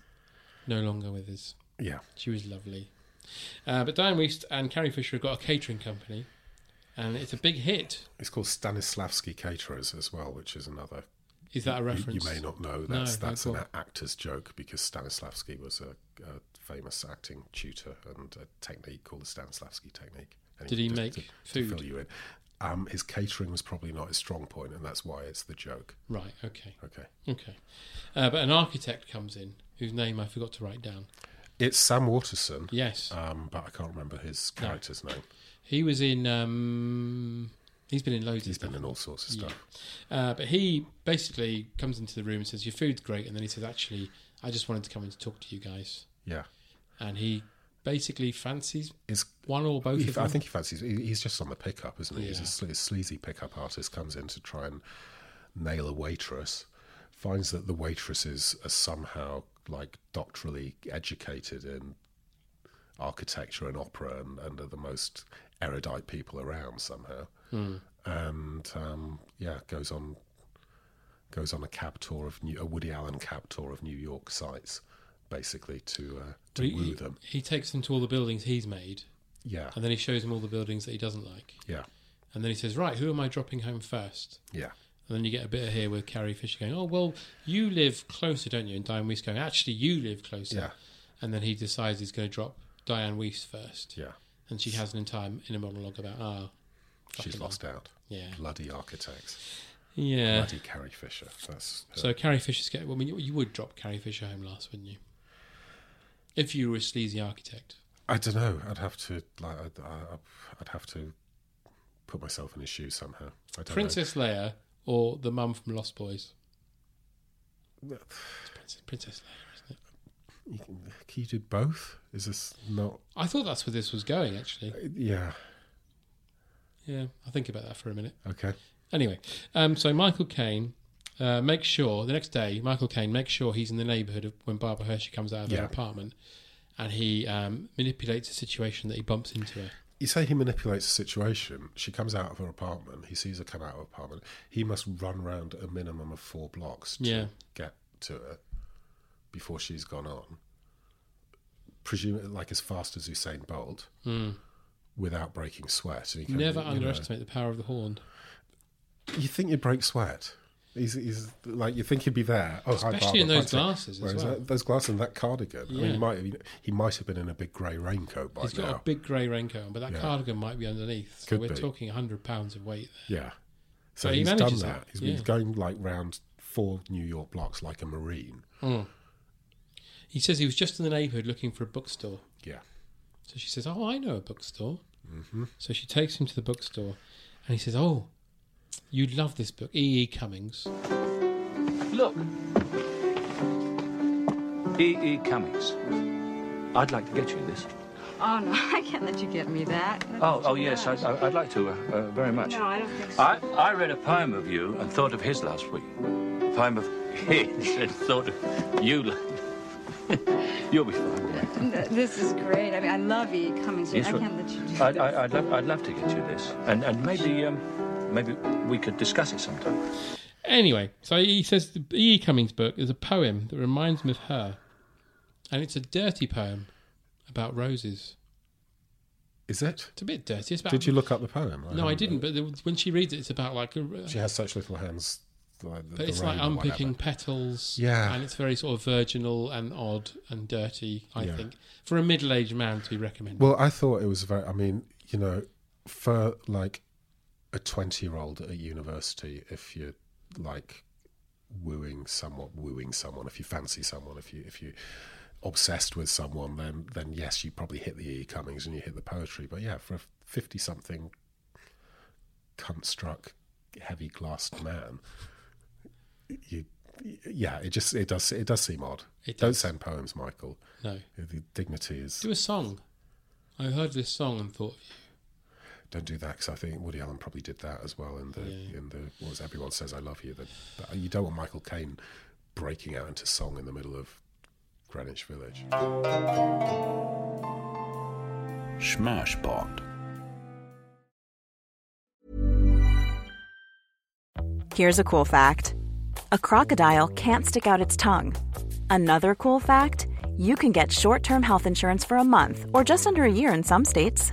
Speaker 14: no longer with us.
Speaker 15: Yeah.
Speaker 14: she was lovely. Uh, but Diane Weist and Carrie Fisher have got a catering company, and it's a big hit.
Speaker 15: It's called Stanislavski Caterers as well, which is another.
Speaker 14: Is that a
Speaker 15: you-
Speaker 14: reference?
Speaker 15: You, may not know.
Speaker 14: No,
Speaker 15: That's
Speaker 14: no,
Speaker 15: that's
Speaker 14: go
Speaker 15: an
Speaker 14: on.
Speaker 15: actor's joke because Stanislavski was a, a famous acting tutor and a technique called the Stanislavski technique. And
Speaker 14: Did he
Speaker 15: just-
Speaker 14: make
Speaker 15: to,
Speaker 14: food?
Speaker 15: To fill you in. Um, his catering was probably not his strong point, and that's why it's the joke.
Speaker 14: Right. Okay.
Speaker 15: Okay.
Speaker 14: Okay. Uh, but an architect comes in whose name I forgot to write down.
Speaker 15: It's Sam Waterson.
Speaker 14: Yes.
Speaker 15: Um, but I can't remember his
Speaker 14: No.
Speaker 15: character's name.
Speaker 14: He was in. Um, he's been in loads
Speaker 15: He's
Speaker 14: of stuff.
Speaker 15: been in all sorts of stuff.
Speaker 14: Uh, but he basically comes into the room and says, "Your food's great," and then he says, "Actually, I just wanted to come in to talk to you guys."
Speaker 15: Yeah.
Speaker 14: And he basically fancies
Speaker 15: It's-
Speaker 14: one or both
Speaker 15: He-
Speaker 14: of them.
Speaker 15: I think he fancies. he- He's just on the pickup, isn't he? He's a
Speaker 14: Yeah.
Speaker 15: sle- sleazy pickup artist. Comes in to try and nail a waitress. Finds that the waitresses are somehow like doctorally educated in architecture and opera, and, and are the most erudite people around somehow.
Speaker 14: Hmm.
Speaker 15: And um, yeah, goes on goes on a cab tour of New, a Woody Allen cab tour of New York sites, basically to uh, to
Speaker 14: But he-
Speaker 15: woo
Speaker 14: he,
Speaker 15: them.
Speaker 14: He takes them to all the buildings he's made.
Speaker 15: Yeah.
Speaker 14: And then he shows them all the buildings that he doesn't like.
Speaker 15: Yeah.
Speaker 14: And then he says, Right, who am I dropping home first?
Speaker 15: Yeah.
Speaker 14: And then you get a bit of here with Carrie Fisher going, Oh, well, you live closer, don't you? And Diane Weiss going, Actually, you live closer.
Speaker 15: Yeah.
Speaker 14: And then he decides he's going to drop Diane Weiss first.
Speaker 15: Yeah.
Speaker 14: And she has an entire inner monologue about, Ah,
Speaker 15: She's
Speaker 14: fucking
Speaker 15: lost out.
Speaker 14: Yeah.
Speaker 15: Bloody architects.
Speaker 14: Yeah.
Speaker 15: Bloody Carrie Fisher. That's uh, her.
Speaker 14: So Carrie Fisher's get. Well, I mean, you- you would drop Carrie Fisher home last, wouldn't you? If you were a sleazy architect.
Speaker 15: I don't know. I'd have to like I'd, I- I'd have to put myself in his shoes somehow. I don't
Speaker 14: Princess Leia or the mum from Lost Boys?
Speaker 15: Know.
Speaker 14: It's Princess, Princess Leia, isn't it?
Speaker 15: You can, can you do both? Is this not?
Speaker 14: I thought that's where this was going, actually.
Speaker 15: Yeah.
Speaker 14: Yeah, I'll think about that for a minute.
Speaker 15: Okay.
Speaker 14: Anyway, um, so Michael Caine uh, makes sure the next day Michael Caine makes sure he's in the neighborhood of when Barbara Hershey comes out of her
Speaker 15: Yeah.
Speaker 14: apartment, and he um, manipulates the situation that he bumps into her.
Speaker 15: You say he manipulates the situation. She comes out of her apartment. He sees her come out of her apartment. He must run round a minimum of four blocks to
Speaker 14: Yeah.
Speaker 15: get to her before she's gone on. Presumably, like as fast as Usain Bolt,
Speaker 14: Hmm.
Speaker 15: without breaking sweat. And he can-
Speaker 14: Never
Speaker 15: you know,
Speaker 14: underestimate the power of the horn,
Speaker 15: You think you'd break sweat. He's, he's like you think he'd be there. Oh, hi,
Speaker 14: Especially
Speaker 15: Barbara.
Speaker 14: in those
Speaker 15: Thanks.
Speaker 14: glasses as
Speaker 15: Whereas
Speaker 14: well.
Speaker 15: that- those glasses and that cardigan. I mean,
Speaker 14: Yeah.
Speaker 15: he might have, he might have been in a big grey raincoat by
Speaker 14: He's
Speaker 15: now.
Speaker 14: got a big grey raincoat on, but that
Speaker 15: Yeah.
Speaker 14: cardigan might be underneath. So
Speaker 15: Could
Speaker 14: we're
Speaker 15: be.
Speaker 14: talking 100 pounds of weight there.
Speaker 15: Yeah. So
Speaker 14: But he
Speaker 15: he's done
Speaker 14: manages
Speaker 15: that.
Speaker 14: that,
Speaker 15: He's
Speaker 14: yeah.
Speaker 15: been going like round four New York blocks like a marine.
Speaker 14: Mm. He says he was just in the neighbourhood looking for a bookstore.
Speaker 15: Yeah.
Speaker 14: So she says, Oh, I know a bookstore.
Speaker 15: Mm-hmm.
Speaker 14: So she takes him to the bookstore and he says, Oh, you'd love this book, E.E. E. Cummings.
Speaker 17: Look. E. E. Cummings. I'd like to get you this.
Speaker 4: Oh, no, I can't let you get me that. That's
Speaker 17: Oh,
Speaker 4: too
Speaker 17: oh yes, I,
Speaker 4: much.
Speaker 17: I, I'd like to uh, uh, very much.
Speaker 4: No, I don't think so.
Speaker 17: I, I read a poem of you and thought of his last week. A poem of his and thought of you. You'll be fine. yeah.
Speaker 4: Th- This is great. I mean, I love E. Cummings.
Speaker 17: Yes,
Speaker 4: I
Speaker 17: well,
Speaker 4: can't let you do
Speaker 17: I'd,
Speaker 4: this.
Speaker 17: I- I'd, love, I'd love to get you this, and and maybe um, maybe we could discuss it sometime.
Speaker 14: Anyway, so he says the E.E. Cummings book is a poem that reminds him of her. And it's a dirty poem about roses.
Speaker 15: Is it?
Speaker 14: It's a bit dirty. It's about,
Speaker 15: Did you look up the poem?
Speaker 14: Um, No, I
Speaker 15: haven't. uh,
Speaker 14: didn't, but the, when she reads it, it's about like a.
Speaker 15: Um,
Speaker 14: uh,
Speaker 15: She has such little hands. Like the,
Speaker 14: But
Speaker 15: the
Speaker 14: it's
Speaker 15: rain
Speaker 14: like
Speaker 15: or
Speaker 14: unpicking
Speaker 15: whatever.
Speaker 14: petals.
Speaker 15: Yeah.
Speaker 14: And it's very sort of virginal and odd and dirty, I
Speaker 15: Yeah.
Speaker 14: think, for a middle aged man to be recommended.
Speaker 15: Well, I thought it was very. I mean, you know, for like a twenty-year-old at university, if you're like wooing someone, wooing someone, if you fancy someone, if you if you obsessed with someone, then then yes, you probably hit the E. Cummings and you hit the poetry. But yeah, for a fifty-something cunt-struck, heavy-glassed man, you. Yeah, it just it does it does seem odd.
Speaker 14: It
Speaker 15: Don't
Speaker 14: does.
Speaker 15: send poems, Michael.
Speaker 14: No.
Speaker 15: the dignity is
Speaker 14: Do a song. I heard this song and thought,
Speaker 15: don't do that because I think Woody Allen probably did that as well in the in the what was everyone says I love you that, that you don't want Michael Caine breaking out into song in the middle of Greenwich Village.
Speaker 18: Smashbox.
Speaker 19: Here's a cool fact a crocodile can't stick out its tongue. Another cool fact you can get short term health insurance for a month or just under a year in some states.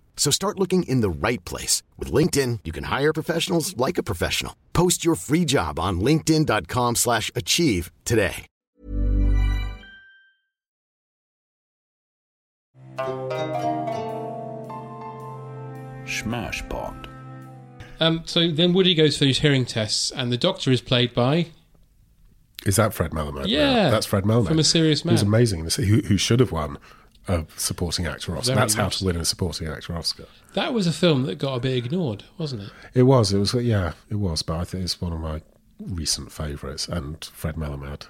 Speaker 20: So start looking in the right place. With LinkedIn, you can hire professionals like a professional. Post your free job on linkedin.com/achieve slash achieve today.
Speaker 14: Smash Bond. Um, so then Woody goes for his hearing tests, and the doctor is played by
Speaker 15: Is that Fred Melamed?
Speaker 14: Yeah.
Speaker 15: that's Fred Melamed
Speaker 14: From A Serious Man.
Speaker 15: Who's amazing. in this- Who, who should have won a supporting actor Oscar?
Speaker 14: Very
Speaker 15: that's how
Speaker 14: much
Speaker 15: to win a supporting actor Oscar.
Speaker 14: that was a film that got a bit ignored, wasn't it?
Speaker 15: It was. It was. Yeah, it was. But I think it's one of my recent favourites, and Fred Melamed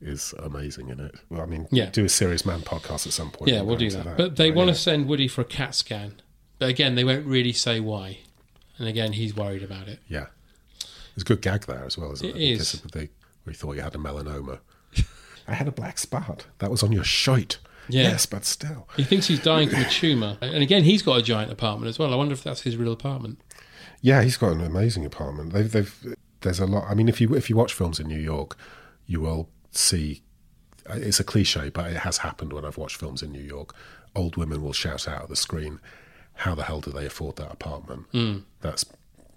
Speaker 15: is amazing in it. Well, I mean,
Speaker 14: Yeah.
Speaker 15: do a serious man podcast at some point.
Speaker 14: yeah,
Speaker 15: We'll
Speaker 14: we'll
Speaker 15: go
Speaker 14: do
Speaker 15: into
Speaker 14: that. But
Speaker 15: Oh,
Speaker 14: they want to send Woody for a CAT scan, but again, they won't really say why. And again, he's worried about it.
Speaker 15: yeah, there's a good gag there as well, isn't
Speaker 14: It
Speaker 15: it?
Speaker 14: is.
Speaker 15: Because of the- we thought you had a melanoma. I had a black spot. That was on your shite.
Speaker 14: Yeah.
Speaker 15: Yes, but still.
Speaker 14: He thinks he's dying from a tumor, and again, he's got a giant apartment as well. I wonder if that's his real apartment.
Speaker 15: Yeah, he's got an amazing apartment. They've, they've there's a lot. I mean, if you if you watch films in New York, you will see. uh, It's a cliche, but it has happened when I've watched films in New York. Old women will shout out at the screen, "How the hell do they afford that apartment?"
Speaker 14: Mm.
Speaker 15: That's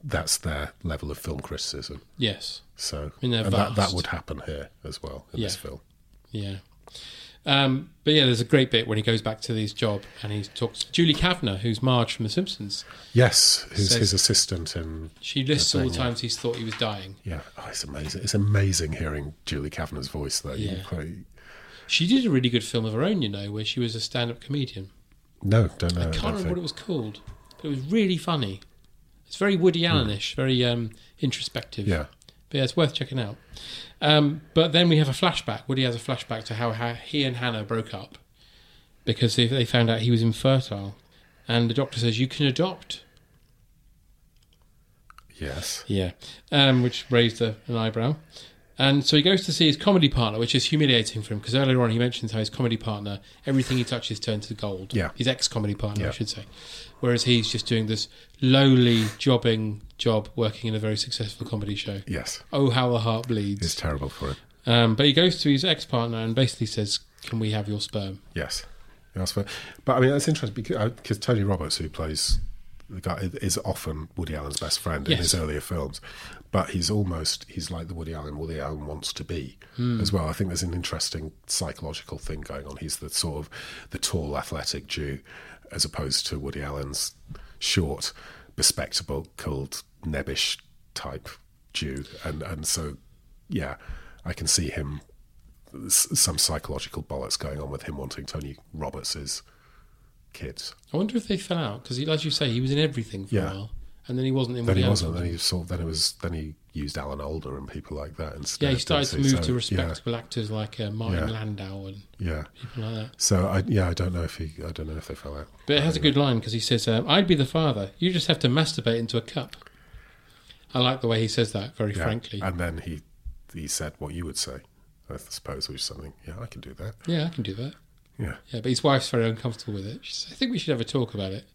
Speaker 15: that's their level of film criticism.
Speaker 14: Yes.
Speaker 15: So
Speaker 14: I mean, they're
Speaker 15: and that, that
Speaker 14: vast.
Speaker 15: would happen here as well in this
Speaker 14: Yeah.
Speaker 15: film.
Speaker 14: Yeah. Um, but yeah, there's a great bit when he goes back to his job and he talks to Julie Kavner, who's Marge from The Simpsons.
Speaker 15: Yes, who's
Speaker 14: Says-
Speaker 15: his assistant and
Speaker 14: She lists all the
Speaker 15: time.
Speaker 14: times he's thought he was dying.
Speaker 15: Yeah, oh, it's amazing. It's amazing hearing Julie Kavner's voice though. You
Speaker 14: Yeah.
Speaker 15: quite-
Speaker 14: She did a really good film of her own, you know, where she was a stand up comedian.
Speaker 15: no, don't know.
Speaker 14: I
Speaker 15: don't
Speaker 14: can't remember
Speaker 15: think.
Speaker 14: what it was called, but it was really funny. It's very Woody Allenish, very um, introspective.
Speaker 15: Hmm. Yeah.
Speaker 14: but yeah, it's worth checking out. Um, but then we have a flashback. Woody has a flashback to how, how he and Hannah broke up because they, they found out he was infertile, and the doctor says you can adopt.
Speaker 15: Yes.
Speaker 14: Yeah, um, which raised a, an eyebrow. And so he goes to see his comedy partner, which is humiliating for him because earlier on he mentions how his comedy partner, everything he touches turns to gold.
Speaker 15: Yeah.
Speaker 14: His ex comedy partner, I
Speaker 15: Yeah.
Speaker 14: should say. Whereas he's just doing this lowly jobbing job working in a very successful comedy show.
Speaker 15: Yes.
Speaker 14: Oh, how the heart bleeds.
Speaker 15: It's terrible for him.
Speaker 14: Um, but he goes to his ex partner and basically says, Can we have your sperm?
Speaker 15: Yes, Yes, but- But I mean, that's interesting because, because Tony Roberts, who plays the guy, is often Woody Allen's best friend in
Speaker 14: Yes.
Speaker 15: his earlier films. But he's almost he's like the Woody Allen Woody Allen wants to be
Speaker 14: Hmm.
Speaker 15: as well. I think there's an interesting psychological thing going on. He's the sort of the tall, athletic Jew, as opposed to Woody Allen's short, bespectable, called nebbish type Jew. And and so, yeah, I can see him s- some psychological bollocks going on with him wanting Tony Roberts's kids.
Speaker 14: I wonder if they fell out because, as you say, he was in everything for
Speaker 15: Yeah.
Speaker 14: a while. And then he wasn't in
Speaker 15: Then
Speaker 14: Woody
Speaker 15: he
Speaker 14: Allen's
Speaker 15: wasn't.
Speaker 14: films.
Speaker 15: Then he sort of- Then it was. Then he used Alan Alda and people like that instead.
Speaker 14: Yeah, he
Speaker 15: didn't
Speaker 14: started to
Speaker 15: he?
Speaker 14: move
Speaker 15: So,
Speaker 14: to
Speaker 15: yeah,
Speaker 14: respectable actors like uh, Martin
Speaker 15: Yeah.
Speaker 14: Landau and
Speaker 15: Yeah,
Speaker 14: people like that.
Speaker 15: So I yeah I don't know if he I don't know if they fell out.
Speaker 14: But it has a good line because he says, um, "I'd be the father. You just have to masturbate into a cup." I like the way he says that. Very
Speaker 15: Yeah.
Speaker 14: frankly,
Speaker 15: And then he he said what you would say, I suppose, which is something. Yeah, I can do that.
Speaker 14: yeah, I can do that.
Speaker 15: Yeah.
Speaker 14: yeah. But his wife's very uncomfortable with it. She says, "I think we should have a talk about it."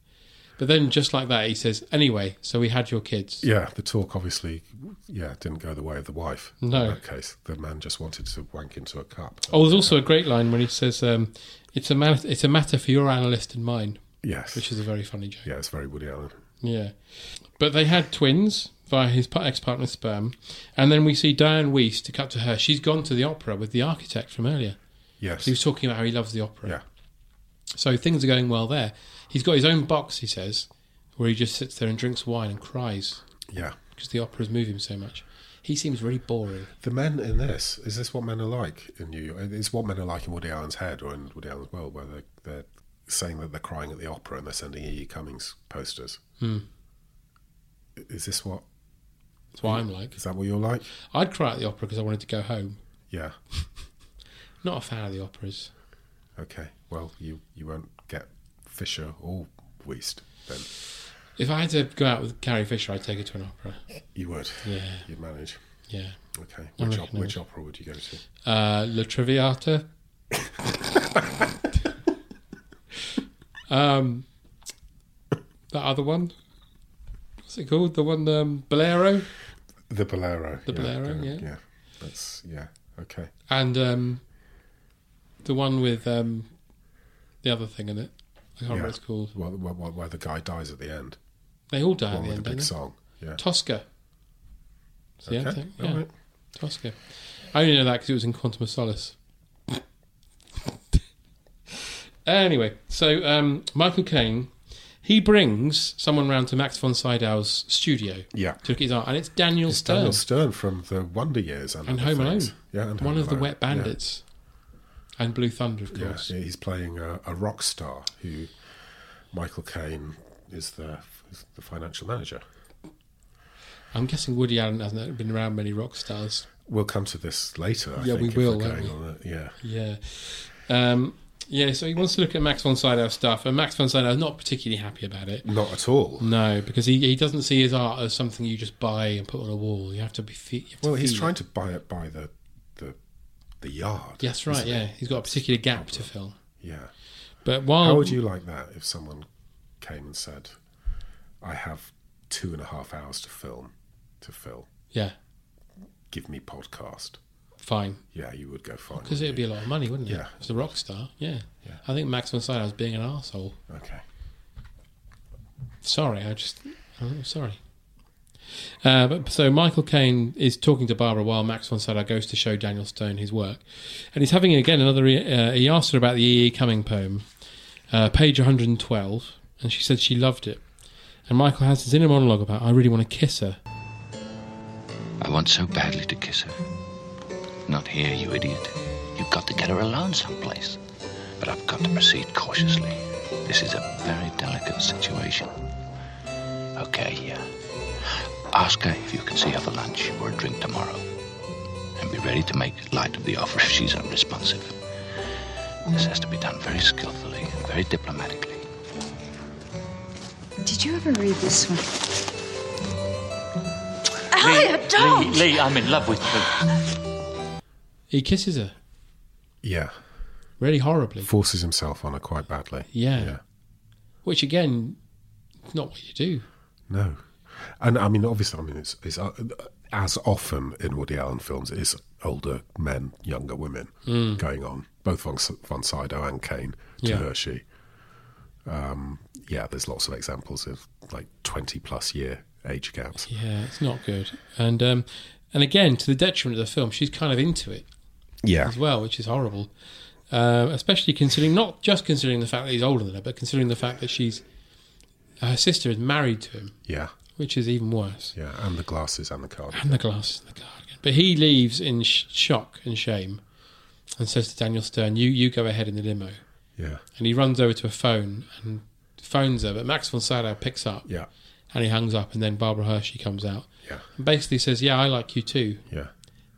Speaker 14: But then, just like that, he says, "Anyway, so we had your kids."
Speaker 15: Yeah, the talk obviously, yeah, didn't go the way of the wife.
Speaker 14: No.
Speaker 15: in that case, the man just wanted to wank into a cup.
Speaker 14: Oh, there's also a great line when he says, um, "It's a matter. It's a matter for your analyst and mine."
Speaker 15: Yes.
Speaker 14: which is a very funny joke.
Speaker 15: Yeah, it's very Woody Allen.
Speaker 14: Yeah. But they had twins via his ex partner's sperm. And then we see Diane Weiss to cut to her. She's gone to the opera with the architect from earlier.
Speaker 15: Yes.
Speaker 14: He was talking about how he loves the opera.
Speaker 15: Yeah.
Speaker 14: So things are going well there. He's got his own box, he says, where he just sits there and drinks wine and cries
Speaker 15: Yeah.
Speaker 14: because the opera's move him so much. He seems really boring.
Speaker 15: The men in this is this what men are like in New York? It's what men are like in Woody Allen's head or in Woody Allen's world, where they're, they're saying that they're crying at the opera and they're sending E. E. Cummings posters.
Speaker 14: Hmm.
Speaker 15: Is this what?
Speaker 14: That's what I'm like.
Speaker 15: Is that what you're like?
Speaker 14: I'd cry at the opera because I wanted to go home.
Speaker 15: Yeah.
Speaker 14: Not a fan of the operas.
Speaker 15: Okay. Well, you you won't get Fisher or Weist then.
Speaker 14: If I had to go out with Carrie Fisher, I'd take her to an opera.
Speaker 15: You would.
Speaker 14: Yeah.
Speaker 15: You'd manage.
Speaker 14: Yeah.
Speaker 15: Okay.
Speaker 14: I
Speaker 15: Which,
Speaker 14: reckon
Speaker 15: op-
Speaker 14: I
Speaker 15: which opera would you go to?
Speaker 14: Uh, Le Traviata. um, that other one. What's it called? The one um, Bolero.
Speaker 15: The Bolero.
Speaker 14: The
Speaker 15: yeah,
Speaker 14: Bolero,
Speaker 15: yeah,
Speaker 14: yeah.
Speaker 15: Yeah. That's yeah. Okay.
Speaker 14: And um, the one with um, the other thing in it. I can't remember
Speaker 15: Yeah.
Speaker 14: what it's called.
Speaker 15: Well, well, well, where the guy dies at the end.
Speaker 14: They all die
Speaker 15: One
Speaker 14: at the
Speaker 15: with
Speaker 14: end.
Speaker 15: the
Speaker 14: don't
Speaker 15: big
Speaker 14: they?
Speaker 15: song. Yeah.
Speaker 14: Tosca. It's the end
Speaker 15: Okay,
Speaker 14: thing,
Speaker 15: all
Speaker 14: yeah.
Speaker 15: right.
Speaker 14: Tosca. I only know that because it was in Quantum of Solace. anyway, so um, Michael Caine, he brings someone round to Max von Sydow's studio.
Speaker 15: Yeah.
Speaker 14: To look at his art, and it's Daniel
Speaker 15: It's
Speaker 14: Stern
Speaker 15: Daniel Stern from the Wonder Years and,
Speaker 14: and
Speaker 15: other
Speaker 14: Home Alone.
Speaker 15: things. Yeah, and
Speaker 14: one
Speaker 15: Home
Speaker 14: of the
Speaker 15: Alone.
Speaker 14: Wet
Speaker 15: Yeah.
Speaker 14: Bandits, and Blue Thunder, of
Speaker 15: Yeah,
Speaker 14: course.
Speaker 15: yeah, he's playing a, a rock star who Michael Caine is the is the financial manager.
Speaker 14: I'm guessing Woody Allen hasn't been around many rock stars.
Speaker 15: We'll come to this later. I
Speaker 14: Yeah, we
Speaker 15: think, if
Speaker 14: will,
Speaker 15: we're
Speaker 14: won't
Speaker 15: going
Speaker 14: we?
Speaker 15: on it. Yeah,
Speaker 14: Yeah. Um, yeah, so he wants to look at Max von Sydow's stuff, and Max von Sydow's not particularly happy about it.
Speaker 15: not at all.
Speaker 14: No, because he, he doesn't see his art as something you just buy and put on a wall. You have to be. Fe- you have to
Speaker 15: Well, he's
Speaker 14: feel
Speaker 15: trying
Speaker 14: it.
Speaker 15: to buy it by the the the yard.
Speaker 14: That's right.
Speaker 15: isn't
Speaker 14: Yeah,
Speaker 15: he?
Speaker 14: he's got a particular gap to fill.
Speaker 15: Yeah.
Speaker 14: But while
Speaker 15: How would you like that if someone came and said, "I have two and a half hours to film, to fill.
Speaker 14: yeah,
Speaker 15: Give me podcast."
Speaker 14: fine,
Speaker 15: Yeah, you would go fine.
Speaker 14: because it'd be a lot of money, wouldn't it?
Speaker 15: Yeah.
Speaker 14: as a rock star. Yeah.
Speaker 15: Yeah.
Speaker 14: I think Max von Sydow was being an asshole.
Speaker 15: Okay.
Speaker 14: Sorry, I just I'm sorry. Uh, but so Michael Caine is talking to Barbara while Max von Sydow goes to show Daniel Stone his work, and he's having again another. Uh, he asked her about the E. E. Cumming poem, uh, page 112, and she said she loved it. And Michael has his inner monologue about I really want to kiss her.
Speaker 3: I want so badly to kiss her. Not here, you idiot. You've got to get her alone someplace. But I've got to proceed cautiously. This is a very delicate situation. Okay, yeah. Ask her if you can see her for lunch or a drink tomorrow. And be ready to make light of the offer if she's unresponsive. This has to be done very skillfully and very diplomatically.
Speaker 4: Did you ever read this one?
Speaker 7: Elliot, don't!
Speaker 17: Lee, Lee, I'm in love with you.
Speaker 14: He kisses her
Speaker 15: Yeah,
Speaker 14: really horribly,
Speaker 15: forces himself on her quite badly.
Speaker 14: Yeah.
Speaker 15: Yeah.
Speaker 14: which again, not what you do.
Speaker 15: No, and I mean, obviously, I mean, it's, it's uh, as often in Woody Allen films, it is older men, younger women
Speaker 14: Mm.
Speaker 15: going on, both von, von Sydow and Kane to
Speaker 14: Yeah.
Speaker 15: Hershey. Um, yeah, there's lots of examples of like 20 plus year age gaps.
Speaker 14: Yeah, it's not good. And um, and again, to the detriment of the film, she's kind of into it.
Speaker 15: Yeah.
Speaker 14: as well, which is horrible. Uh, especially considering not just considering the fact that he's older than her, but considering the fact that she's her sister is married to him,
Speaker 15: Yeah,
Speaker 14: which is even worse.
Speaker 15: yeah, and the glasses and the card.
Speaker 14: And the glasses, the cardigan. But he leaves in sh- shock and shame, and says to Daniel Stern, "You you go ahead in the limo."
Speaker 15: Yeah.
Speaker 14: And he runs over to a phone and phones her, but Max von Sydow picks up.
Speaker 15: Yeah.
Speaker 14: And he hangs up, and then Barbara Hershey comes out.
Speaker 15: Yeah.
Speaker 14: And basically says, "Yeah, I like you too."
Speaker 15: Yeah.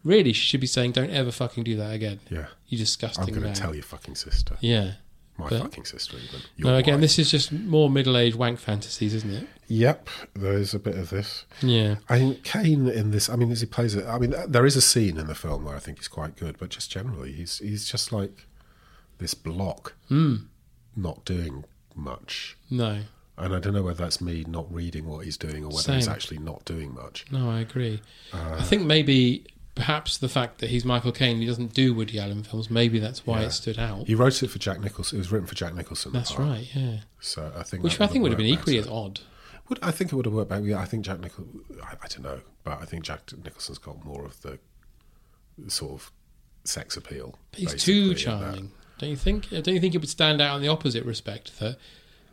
Speaker 14: Really, she should be saying, "Don't ever fucking do that again."
Speaker 15: Yeah.
Speaker 14: You disgusting.
Speaker 15: I'm going
Speaker 14: man."
Speaker 15: to tell your fucking sister.
Speaker 14: Yeah.
Speaker 15: My
Speaker 14: But-
Speaker 15: fucking sister, even. Your
Speaker 14: No, again,
Speaker 15: wife.
Speaker 14: this is just more middle-aged wank fantasies, isn't it?
Speaker 15: Yep, there is a bit of this.
Speaker 14: Yeah.
Speaker 15: I think Kane in this. I mean, as he plays it, I mean, uh, there is a scene in the film where I think he's quite good, but just generally, he's he's just like this block,
Speaker 14: Mm.
Speaker 15: not doing much.
Speaker 14: No,
Speaker 15: And I don't know whether that's me not reading what he's doing or whether he's
Speaker 14: Same.
Speaker 15: actually not doing much.
Speaker 14: no, I agree.
Speaker 15: Uh,
Speaker 14: I think maybe, perhaps the fact that he's Michael Caine, he doesn't do Woody Allen films. Maybe that's why
Speaker 15: Yeah.
Speaker 14: it stood out.
Speaker 15: He wrote it for Jack Nicholson. It was written for Jack Nicholson. the
Speaker 14: That's
Speaker 15: part.
Speaker 14: right. Yeah.
Speaker 15: So I think
Speaker 14: Which
Speaker 15: that
Speaker 14: I think would have been
Speaker 15: worked
Speaker 14: equally
Speaker 15: better.
Speaker 14: as odd.
Speaker 15: Would I think it would have worked better? Yeah, I think Jack Nichol. I, I don't know, but I think Jack Nicholson's got more of the sort of sex appeal.
Speaker 14: But he's
Speaker 15: basically,
Speaker 14: too
Speaker 15: of that.
Speaker 14: charming, don't you think? Don't you think it would stand out in the opposite respect that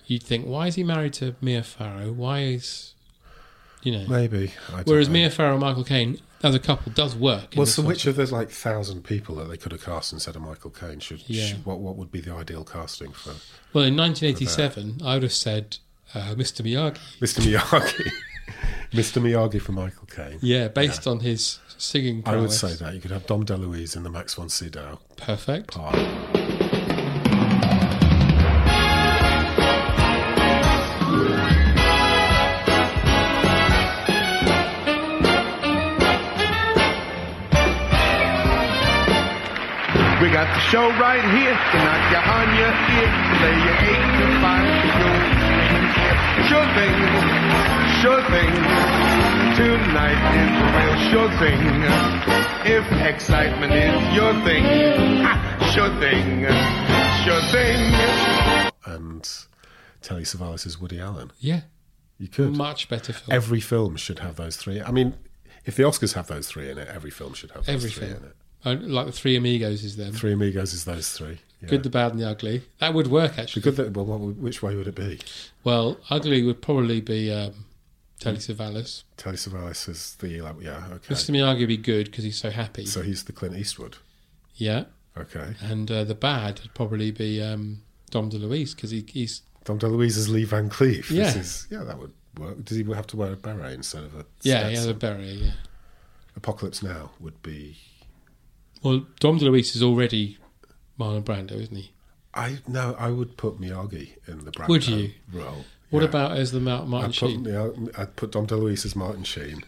Speaker 14: you'd think, why is he married to Mia Farrow? Why is, you know?
Speaker 15: Maybe. I don't
Speaker 14: Whereas
Speaker 15: know.
Speaker 14: Mia Farrow and Michael Caine, as a couple does work. in
Speaker 15: Well,
Speaker 14: this
Speaker 15: so
Speaker 14: one.
Speaker 15: which of those like thousand people that they could have cast instead of Michael Caine should,
Speaker 14: Yeah.
Speaker 15: should- what what would be the ideal casting for
Speaker 14: Well, in 1987, I would have said uh, Mr. Miyagi.
Speaker 15: Mr. Miyagi? Mr. Miyagi for Michael Caine.
Speaker 14: Yeah, based on his singing
Speaker 15: I would
Speaker 14: prowess.
Speaker 15: say that you could have Dom DeLuise in the Max von Sydow.
Speaker 14: Perfect.
Speaker 15: Part.
Speaker 2: We got the show right here to knock you on your ear, lay your eight to five to go. Sure thing, sure thing. Tonight is a real sure thing. If excitement is your thing, ha, sure thing, sure thing.
Speaker 15: And Telly Savalas as Woody Allen.
Speaker 14: Yeah.
Speaker 15: You could.
Speaker 14: Much better film.
Speaker 15: Every film should have those three. I mean, if the Oscars have those three in it, every film should have those
Speaker 14: Every
Speaker 15: three
Speaker 14: film.
Speaker 15: in it.
Speaker 14: Uh, like the Three Amigos is them.
Speaker 15: Three Amigos is those three. Yeah.
Speaker 14: Good, the bad, and the ugly. That would work actually.
Speaker 15: Good that, well, what, would- which way would it be?
Speaker 14: Well, ugly would probably be um, Telly
Speaker 15: Mm.
Speaker 14: Savalas.
Speaker 15: Telly Savalas is the like, yeah, okay.
Speaker 14: Mr. Miyagi would be good because he's so happy.
Speaker 15: So he's the Clint Eastwood.
Speaker 14: yeah.
Speaker 15: Okay.
Speaker 14: And uh, the bad would probably be um, Dom DeLuise because he, he's
Speaker 15: Dom DeLuise is Lee Van Cleef. This
Speaker 14: Yeah.
Speaker 15: is- yeah, that would work. Does he have to wear a beret instead of a
Speaker 14: yeah he has a
Speaker 15: Stetson?
Speaker 14: beret. Yeah.
Speaker 15: Apocalypse Now would be.
Speaker 14: Well, Dom DeLuise is already Marlon Brando, isn't he?
Speaker 15: I no, I would put Miyagi in the Brando
Speaker 14: Would you?
Speaker 15: role.
Speaker 14: What
Speaker 15: Yeah.
Speaker 14: about as the Mar- Martin
Speaker 15: I'd
Speaker 14: Sheen?
Speaker 15: Put, Miyagi- I'd put Dom DeLuise as Martin Sheen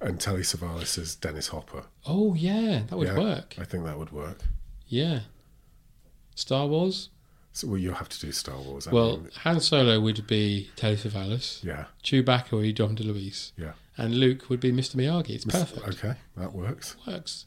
Speaker 15: and Telly Savalas as Dennis Hopper.
Speaker 14: Oh yeah, that would
Speaker 15: Yeah,
Speaker 14: work.
Speaker 15: I think that would work.
Speaker 14: Yeah. Star Wars.
Speaker 15: So well, you'll have to do Star Wars. I
Speaker 14: Well,
Speaker 15: mean,
Speaker 14: Han Solo would be Telly Savalas.
Speaker 15: Yeah.
Speaker 14: Chewbacca would be Dom DeLuise.
Speaker 15: Yeah.
Speaker 14: And Luke would be Mr. Miyagi. It's perfect.
Speaker 15: okay, that works.
Speaker 14: Works.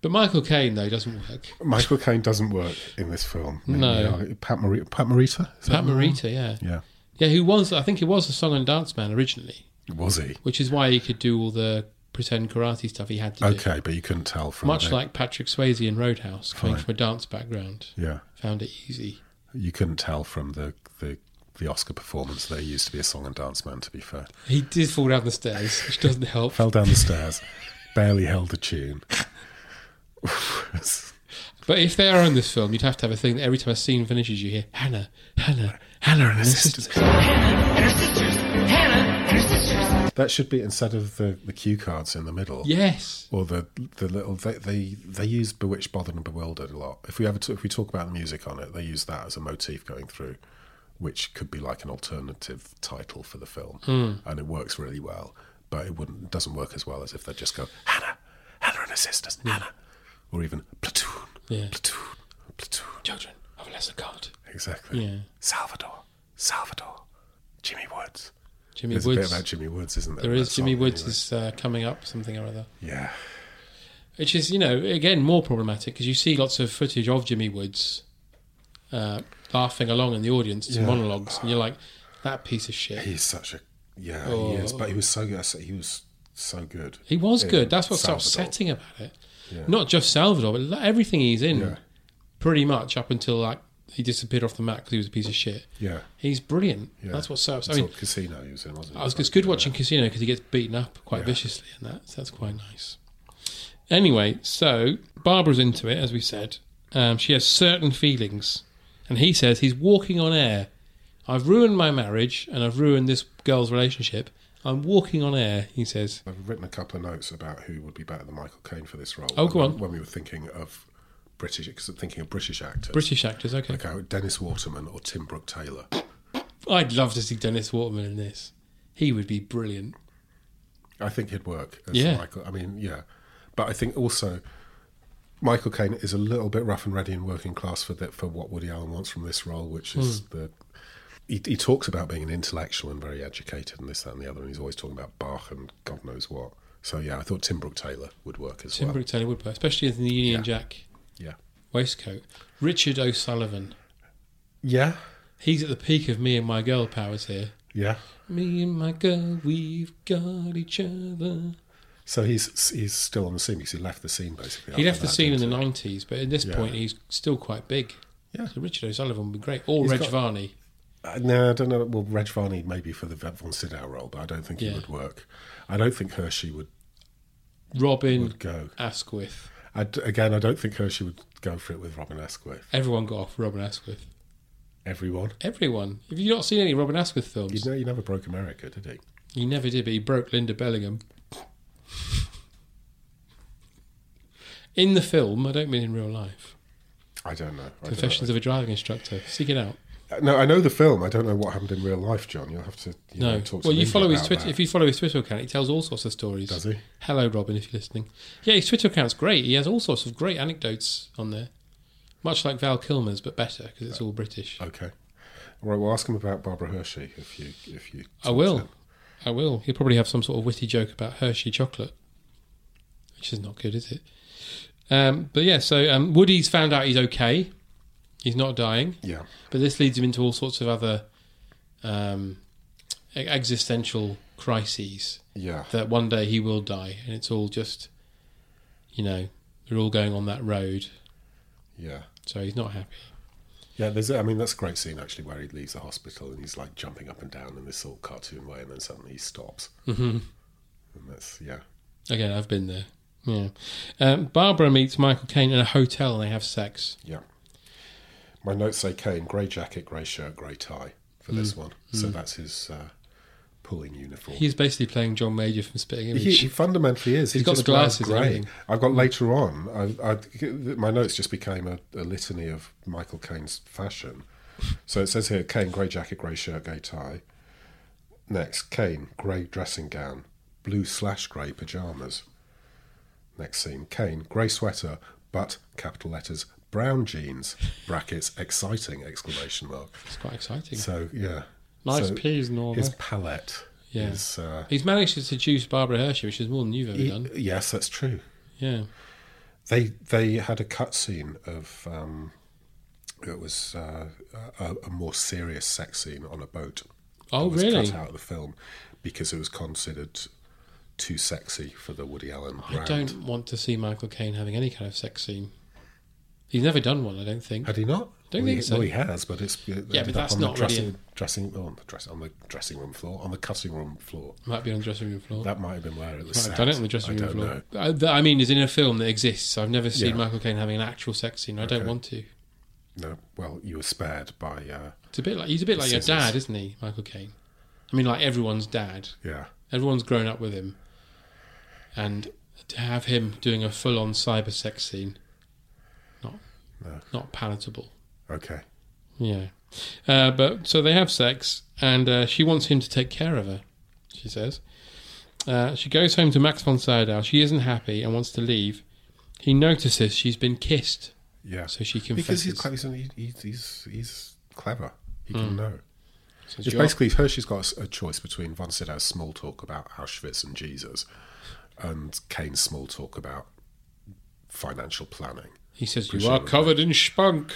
Speaker 14: But Michael Caine though doesn't work.
Speaker 15: Michael Caine doesn't work in this film.
Speaker 14: No.
Speaker 15: Miyagi- Pat, Mari- Pat Morita. Is that
Speaker 14: Pat
Speaker 15: the one?
Speaker 14: Morita, yeah.
Speaker 15: Yeah.
Speaker 14: Yeah, who was I think he was a song and dance man originally.
Speaker 15: Was he?
Speaker 14: Which is why he could do all the pretend karate stuff he had to do.
Speaker 15: Okay, but you couldn't tell from
Speaker 14: Much
Speaker 15: the-
Speaker 14: like Patrick Swayze in Roadhouse, coming
Speaker 15: Fine.
Speaker 14: from a dance background.
Speaker 15: Yeah.
Speaker 14: Found it easy.
Speaker 15: You couldn't tell from the, the, the Oscar performance there used to be a song and dance man, to be fair.
Speaker 14: He did fall down the stairs, which doesn't help.
Speaker 15: Fell down the stairs, barely held a tune.
Speaker 14: But if they are in this film, you'd have to have a thing that every time a scene finishes, you hear Hannah, Hannah, Hannah and her sisters.
Speaker 15: that should be instead of the, the cue cards in the middle.
Speaker 14: Yes.
Speaker 15: Or the the little they, they they use bewitched, bothered, and bewildered a lot. If we ever t- if we talk about the music on it, they use that as a motif going through, which could be like an alternative title for the film,
Speaker 14: Hmm.
Speaker 15: and it works really well. But it wouldn't doesn't work as well as if they just go Hannah, Hannah and her sisters, Hannah, or even platoon,
Speaker 14: Yeah.
Speaker 15: platoon, platoon.
Speaker 14: Children of a lesser Oh, god.
Speaker 15: Exactly.
Speaker 14: Yeah.
Speaker 15: Salvador, Salvador, Jimmy Woods.
Speaker 14: Jimmy
Speaker 15: There's a
Speaker 14: Woods.
Speaker 15: bit about Jimmy Woods, isn't there?
Speaker 14: There
Speaker 15: in
Speaker 14: is
Speaker 15: that
Speaker 14: Jimmy
Speaker 15: song,
Speaker 14: Woods
Speaker 15: anyway?
Speaker 14: is uh, coming up something or other,
Speaker 15: Yeah.
Speaker 14: which is you know again more problematic because you see lots of footage of Jimmy Woods uh, laughing along in the audience to
Speaker 15: Yeah.
Speaker 14: monologues, and you're like, that piece of shit.
Speaker 15: He's such a yeah,
Speaker 14: Oh.
Speaker 15: he is. But he was so good. He was so good.
Speaker 14: He was
Speaker 15: in
Speaker 14: good. That's what's
Speaker 15: Salvador.
Speaker 14: upsetting about it.
Speaker 15: Yeah.
Speaker 14: Not just Salvador, but like, everything he's in,
Speaker 15: Yeah.
Speaker 14: pretty much up until like he disappeared off the map because he was a piece of shit.
Speaker 15: Yeah.
Speaker 14: he's brilliant.
Speaker 15: Yeah.
Speaker 14: That's what's so
Speaker 15: It's
Speaker 14: upsetting. I
Speaker 15: all Casino he was in, wasn't
Speaker 14: mean,
Speaker 15: it?
Speaker 14: I was, it's good watching Casino because he gets beaten up quite viciously, and that so that's quite nice. Anyway, so Barbara's into it, as we said. Um, she has certain feelings, and he says he's walking on air. I've ruined my marriage, and I've ruined this girl's relationship. I'm walking on air, he says.
Speaker 15: I've written a couple of notes about who would be better than Michael Caine for this role.
Speaker 14: Oh, go
Speaker 15: When-
Speaker 14: on.
Speaker 15: When we were thinking of British, because thinking of British actors,
Speaker 14: British actors, okay.
Speaker 15: like uh, Dennis Waterman or Tim Brooke Taylor.
Speaker 14: I'd love to see Dennis Waterman in this. He would be brilliant.
Speaker 15: I think he'd work. As
Speaker 14: Yeah.
Speaker 15: Michael. I mean, yeah, but I think also Michael Caine is a little bit rough and ready and working class for that for what Woody Allen wants from this role, which is
Speaker 14: Hmm.
Speaker 15: the. He, he talks about being an intellectual and very educated and this, that, and the other, and he's always talking about Bach and God knows what. So yeah, I thought Tim Brooke Taylor would work as
Speaker 14: Tim
Speaker 15: well.
Speaker 14: Brooke Taylor would play, especially in the Union Jack
Speaker 15: Yeah,
Speaker 14: waistcoat. Richard O'Sullivan.
Speaker 15: yeah,
Speaker 14: He's at the peak of me and my girl powers here.
Speaker 15: yeah.
Speaker 14: Me and my girl, we've got each other.
Speaker 15: So he's he's still on the scene because he left the scene basically. after
Speaker 14: He left the
Speaker 15: that,
Speaker 14: scene in the
Speaker 15: didn't he?
Speaker 14: 90s, but at this
Speaker 15: Yeah.
Speaker 14: point he's still quite big.
Speaker 15: Yeah.
Speaker 14: So Richard O'Sullivan would be great. Or
Speaker 15: He's
Speaker 14: Reg
Speaker 15: got-
Speaker 14: Varney.
Speaker 15: Uh, no, I don't know. Well, Reg Varney maybe for the Vet von Sydow role, but I don't think
Speaker 14: Yeah.
Speaker 15: he would work. I don't think Hershey would
Speaker 14: Robin
Speaker 15: would go.
Speaker 14: Asquith.
Speaker 15: I d again, I don't think Hershey would go for it with Robin Asquith.
Speaker 14: Everyone got off Robin Asquith.
Speaker 15: Everyone.
Speaker 14: Everyone. Have you not seen any Robin Asquith films?
Speaker 15: You know, you never broke America, did he?
Speaker 14: He never did, but he broke Linda Bellingham. In the film, I don't mean in real life.
Speaker 15: I don't know. I don't
Speaker 14: Confessions of a Driving Instructor. Seek it out.
Speaker 15: know. No, I know the film. I don't know what happened in real life, John. You'll have to you
Speaker 14: no.
Speaker 15: know, talk to
Speaker 14: well, you
Speaker 15: Linda
Speaker 14: follow his
Speaker 15: about
Speaker 14: Twitter.
Speaker 15: that.
Speaker 14: If you follow his Twitter account, he tells all sorts of stories.
Speaker 15: Does he?
Speaker 14: Hello, Robin, if you're listening. Yeah, his Twitter account's great. He has all sorts of great anecdotes on there, much like Val Kilmer's, but better because it's all British.
Speaker 15: Okay. All right, well, ask him about Barbara Hershey if you if you.
Speaker 14: I will. I will. He'll probably have some sort of witty joke about Hershey chocolate, which is not good, is it? Um, but yeah, so um, Woody's found out he's okay. He's not dying.
Speaker 15: Yeah.
Speaker 14: But this leads him into all sorts of other um, e- existential crises.
Speaker 15: Yeah.
Speaker 14: That one day he will die, and it's all just, you know, they're all going on that road.
Speaker 15: Yeah.
Speaker 14: So he's not happy.
Speaker 15: Yeah, there's. a- I mean, that's a great scene actually, where he leaves the hospital and he's like jumping up and down in this sort of cartoon way, and then suddenly he stops.
Speaker 14: hmm
Speaker 15: And that's yeah.
Speaker 14: Again, I've been there. Yeah. Um, Barbara meets Michael Caine in a hotel and they have sex.
Speaker 15: Yeah. My notes say Kane, grey jacket, grey shirt, grey tie for this
Speaker 14: Mm.
Speaker 15: one. So
Speaker 14: Mm.
Speaker 15: that's his uh, pulling uniform.
Speaker 14: He's basically playing John Major from Spitting Image.
Speaker 15: he, he fundamentally is.
Speaker 14: He's
Speaker 15: He
Speaker 14: got the
Speaker 15: just wears
Speaker 14: glasses. and
Speaker 15: Grey.
Speaker 14: everything.
Speaker 15: I've got later on. I, I, my notes just became a, a litany of Michael Caine's fashion. So it says here: Kane, grey jacket, grey shirt, grey tie. Next, Kane, grey dressing gown, blue slash grey pajamas. Next scene: Kane, grey sweater, but capital letters, brown jeans brackets exciting exclamation mark.
Speaker 14: It's quite exciting.
Speaker 15: So yeah,
Speaker 14: Nice
Speaker 15: so
Speaker 14: peas, Norma.
Speaker 15: His palette.
Speaker 14: Yeah.
Speaker 15: Is, uh,
Speaker 14: He's managed to seduce Barbara Hershey, which is more than you've ever
Speaker 15: he-
Speaker 14: done.
Speaker 15: yes, that's true.
Speaker 14: Yeah.
Speaker 15: They they had a cutscene of um, it was uh, a, a more serious sex scene on a boat.
Speaker 14: Oh,
Speaker 15: that was
Speaker 14: really?
Speaker 15: Cut out of the film because it was considered too sexy for the Woody Allen brand.
Speaker 14: I don't want to see Michael Caine having any kind of sex scene. He's never done one, I don't think.
Speaker 15: Had he not?
Speaker 14: Don't
Speaker 15: well,
Speaker 14: think
Speaker 15: he,
Speaker 14: so.
Speaker 15: Well, he has, but it's it
Speaker 14: Yeah,
Speaker 15: ended
Speaker 14: but
Speaker 15: up
Speaker 14: that's
Speaker 15: on
Speaker 14: not
Speaker 15: the
Speaker 14: really
Speaker 15: dressing,
Speaker 14: a-
Speaker 15: dressing on the dress on the dressing room floor on the cutting room floor.
Speaker 14: Might be on the dressing room floor.
Speaker 15: That might have been where it was.
Speaker 14: Oh. Might
Speaker 15: set.
Speaker 14: have done it on the
Speaker 15: I
Speaker 14: dressing room
Speaker 15: don't
Speaker 14: floor.
Speaker 15: know.
Speaker 14: I, that I mean, is in a film that exists. I've never seen
Speaker 15: Yeah.
Speaker 14: Michael Caine having an actual sex scene. I don't
Speaker 15: Okay.
Speaker 14: want to.
Speaker 15: No, well, you were spared by. Uh,
Speaker 14: It's a bit like he's a bit
Speaker 15: the
Speaker 14: like your
Speaker 15: scissors.
Speaker 14: dad, isn't he, Michael Caine? I mean, like everyone's dad.
Speaker 15: Yeah.
Speaker 14: Everyone's grown up with him, and to have him doing a full-on cyber sex scene, not
Speaker 15: No.
Speaker 14: not palatable.
Speaker 15: Okay.
Speaker 14: Yeah. Uh, but so they have sex, and uh, she wants him to take care of her. She says uh, she goes home to Max von Sydow. She isn't happy and wants to leave. He notices she's been kissed.
Speaker 15: Yeah.
Speaker 14: So she
Speaker 15: Because
Speaker 14: confesses.
Speaker 15: he's, clever, isn't he? He- he's, he's clever. He can
Speaker 14: Mm.
Speaker 15: know.
Speaker 14: So
Speaker 15: It's
Speaker 14: Jo-
Speaker 15: basically, Hershey's got a s- a choice between Von Sydow's small talk about Auschwitz and Jesus and Kane's small talk about financial planning.
Speaker 14: He says, "You
Speaker 15: Appreciate
Speaker 14: are
Speaker 15: it,
Speaker 14: covered in spunk."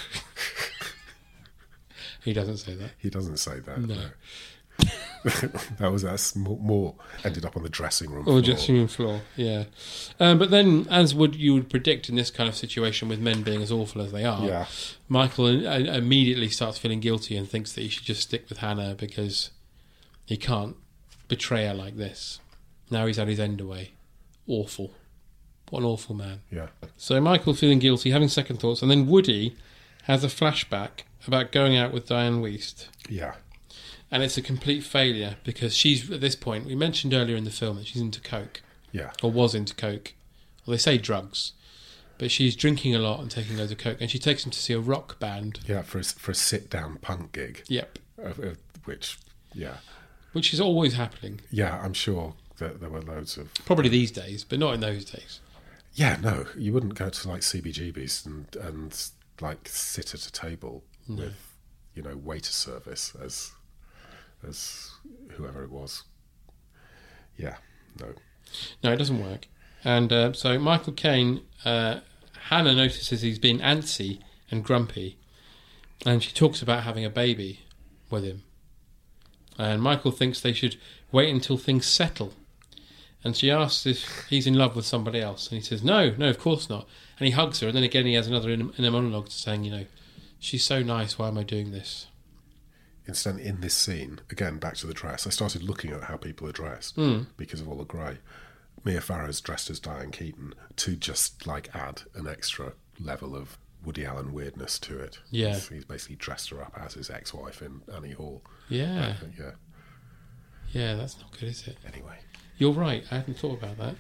Speaker 14: he doesn't say that.
Speaker 15: He doesn't say that.
Speaker 14: No.
Speaker 15: No. that was us more, more ended up on the dressing room
Speaker 14: Or
Speaker 15: floor.
Speaker 14: dressing room floor, yeah. Um, but then, as would you would predict in this kind of situation, with men being as awful as they are,
Speaker 15: Yeah.
Speaker 14: Michael uh, immediately starts feeling guilty and thinks that he should just stick with Hannah because he can't betray her like this. Now he's had his end away. Awful. What an awful man.
Speaker 15: Yeah.
Speaker 14: So Michael feeling guilty, having second thoughts, and then Woody has a flashback about going out with Diane Weist
Speaker 15: Yeah.
Speaker 14: and it's a complete failure because she's at this point we mentioned earlier in the film that she's into coke
Speaker 15: Yeah.
Speaker 14: or was into coke well they say drugs but she's drinking a lot and taking loads of coke and she takes him to see a rock band
Speaker 15: Yeah, for a, s- for a sit down punk gig.
Speaker 14: Yep.
Speaker 15: Of- of which, yeah.
Speaker 14: which is always happening
Speaker 15: Yeah, I'm sure that there were loads of
Speaker 14: probably these days but not in those days
Speaker 15: Yeah, no, you wouldn't go to like CBGBs and and like sit at a table
Speaker 14: No.
Speaker 15: with you know waiter service as as whoever it was. Yeah, no,
Speaker 14: no it doesn't work and uh, so michael caine uh, hannah notices he's been antsy and grumpy and she talks about having a baby with him and Michael thinks they should wait until things settle. And she asks if he's in love with somebody else, and he says, "No, no, of course not." And he hugs her, and then again he has another inner, inner monologue saying, "You know, she's so nice. Why am I doing this?"
Speaker 15: incidentally, in this scene again, back to the dress. I started looking at how people are dressed
Speaker 14: Hmm.
Speaker 15: because of all the grey. Mia Farrow's dressed as Diane Keaton to just like add an extra level of Woody Allen weirdness to it.
Speaker 14: Yeah.
Speaker 15: He's, he's basically dressed her up as his ex wife in Annie Hall.
Speaker 14: Yeah.
Speaker 15: I think, yeah.
Speaker 14: Yeah, that's not good, is it?
Speaker 15: Anyway.
Speaker 14: You're right. I hadn't thought about that.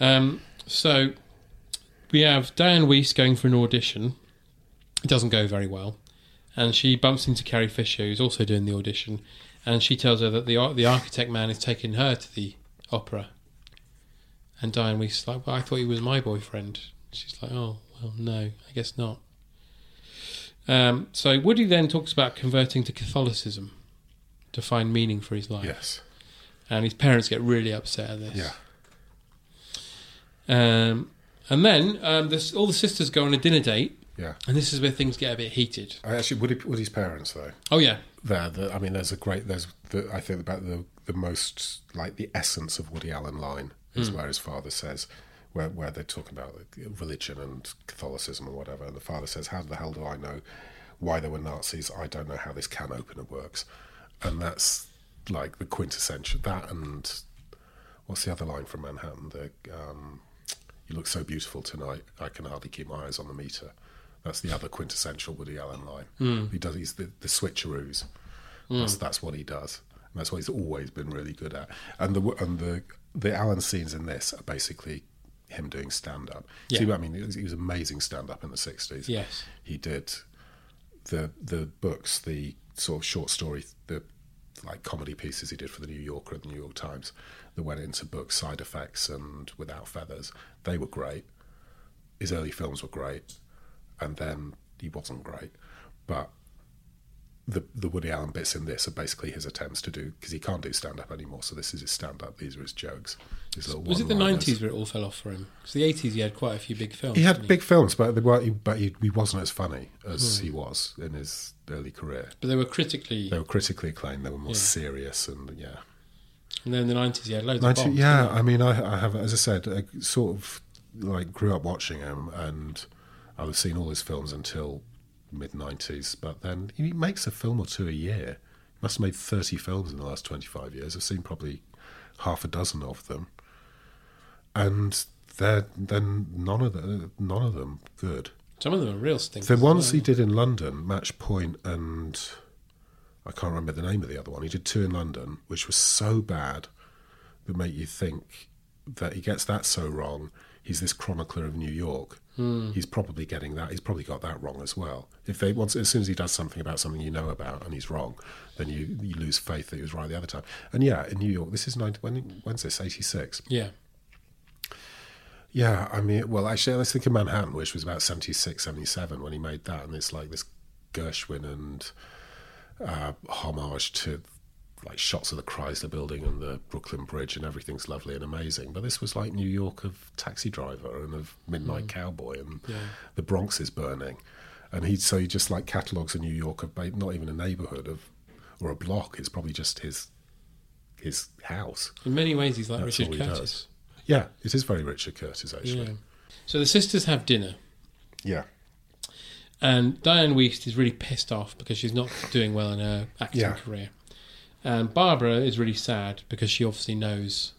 Speaker 14: Um, so we have Diane Weiss going for an audition. It doesn't go very well. And she bumps into Carrie Fisher, who's also doing the audition. And she tells her that the ar- the architect man is taking her to the opera. And Diane Weiss is like, well, I thought he was my boyfriend. She's like, oh, well, no, I guess not. Um, so Woody then talks about converting to Catholicism to find meaning for his life.
Speaker 15: Yes.
Speaker 14: And his parents get really upset at this.
Speaker 15: Yeah.
Speaker 14: Um, and then um, this, all the sisters go on a dinner date.
Speaker 15: Yeah.
Speaker 14: And this is where things get a bit heated.
Speaker 15: I actually Woody Woody's parents though.
Speaker 14: Oh, yeah.
Speaker 15: There, the, I mean, there's a great. There's the, I think about the the most like the essence of Woody Allen line is
Speaker 14: Mm.
Speaker 15: where his father says, where where they're talking about religion and Catholicism and whatever, and the father says, "How the hell do I know why there were Nazis? I don't know how this can opener works," and that's like the quintessential. That and what's the other line from Manhattan? The um, "You look so beautiful tonight, I can hardly keep my eyes on the meter." That's the other quintessential Woody Allen line.
Speaker 14: Mm.
Speaker 15: He does he's the, the switcheroos. That's, that's what he does. And that's what he's always been really good at. And the and the the Allen scenes in this are basically him doing stand up.
Speaker 14: Yeah.
Speaker 15: I mean, he was, he was amazing stand up in the sixties.
Speaker 14: Yes.
Speaker 15: he did the the books, the sort of short story, the like comedy pieces he did for the New Yorker and the New York Times that went into books, Side Effects and Without Feathers. They were great. His early films were great, and then he wasn't great. But the the Woody Allen bits in this are basically his attempts to do because he can't do stand up anymore. So this is his stand up. These are his jokes. His little
Speaker 14: Was it the
Speaker 15: one-liners.
Speaker 14: 90s where it all fell off for him? Because the 80s he had quite a few big films.
Speaker 15: He
Speaker 14: didn't
Speaker 15: had big films, but they were, but he, he wasn't as funny as he was in his early career.
Speaker 14: But they were critically.
Speaker 15: They were critically acclaimed. They were more
Speaker 14: Yeah.
Speaker 15: serious, and yeah,
Speaker 14: And then in the 90s he had loads
Speaker 15: 90
Speaker 14: of bombs.
Speaker 15: yeah.
Speaker 14: didn't he?
Speaker 15: I mean, I, I have, as I said, I sort of like grew up watching him, and I've seen all his films until mid '90s. But then he makes a film or two a year. He must have made 30 films in the last 25 years. I've seen probably half a dozen of them, and they're then none of the, none of them good.
Speaker 14: Some of them are real stinkers.
Speaker 15: The ones
Speaker 14: yeah.
Speaker 15: he did in London, Match Point, and I can't remember the name of the other one. He did two in London, which was so bad that make you think that he gets that so wrong. He's this chronicler of New York.
Speaker 14: Hmm.
Speaker 15: He's probably getting that. He's probably got that wrong as well. If they once, as soon as he does something about something you know about and he's wrong, then you, you lose faith that he was right the other time. And yeah, in New York, this is 90, when, when's this? Eighty six.
Speaker 14: Yeah.
Speaker 15: Yeah, I mean, well, actually, let's think of Manhattan, which was about 76, 77 when he made that. And it's like this Gershwin and uh, homage to like shots of the Chrysler building and the Brooklyn Bridge, and everything's lovely and amazing. But this was like New York of Taxi Driver and of Midnight
Speaker 14: Mm.
Speaker 15: Cowboy, and
Speaker 14: Yeah.
Speaker 15: the Bronx is burning. And he, so he just like catalogues a New York of ba- not even a neighborhood of or a block, it's probably just his his house.
Speaker 14: In many ways he's like
Speaker 15: That's all
Speaker 14: Richard
Speaker 15: he
Speaker 14: Curtis.
Speaker 15: does. Yeah, it is very Richard Curtis, actually.
Speaker 14: Yeah. So the sisters have dinner.
Speaker 15: Yeah.
Speaker 14: And Diane Wiest is really pissed off because she's not doing well in her acting
Speaker 15: Yeah.
Speaker 14: career. And Barbara is really sad because she obviously knows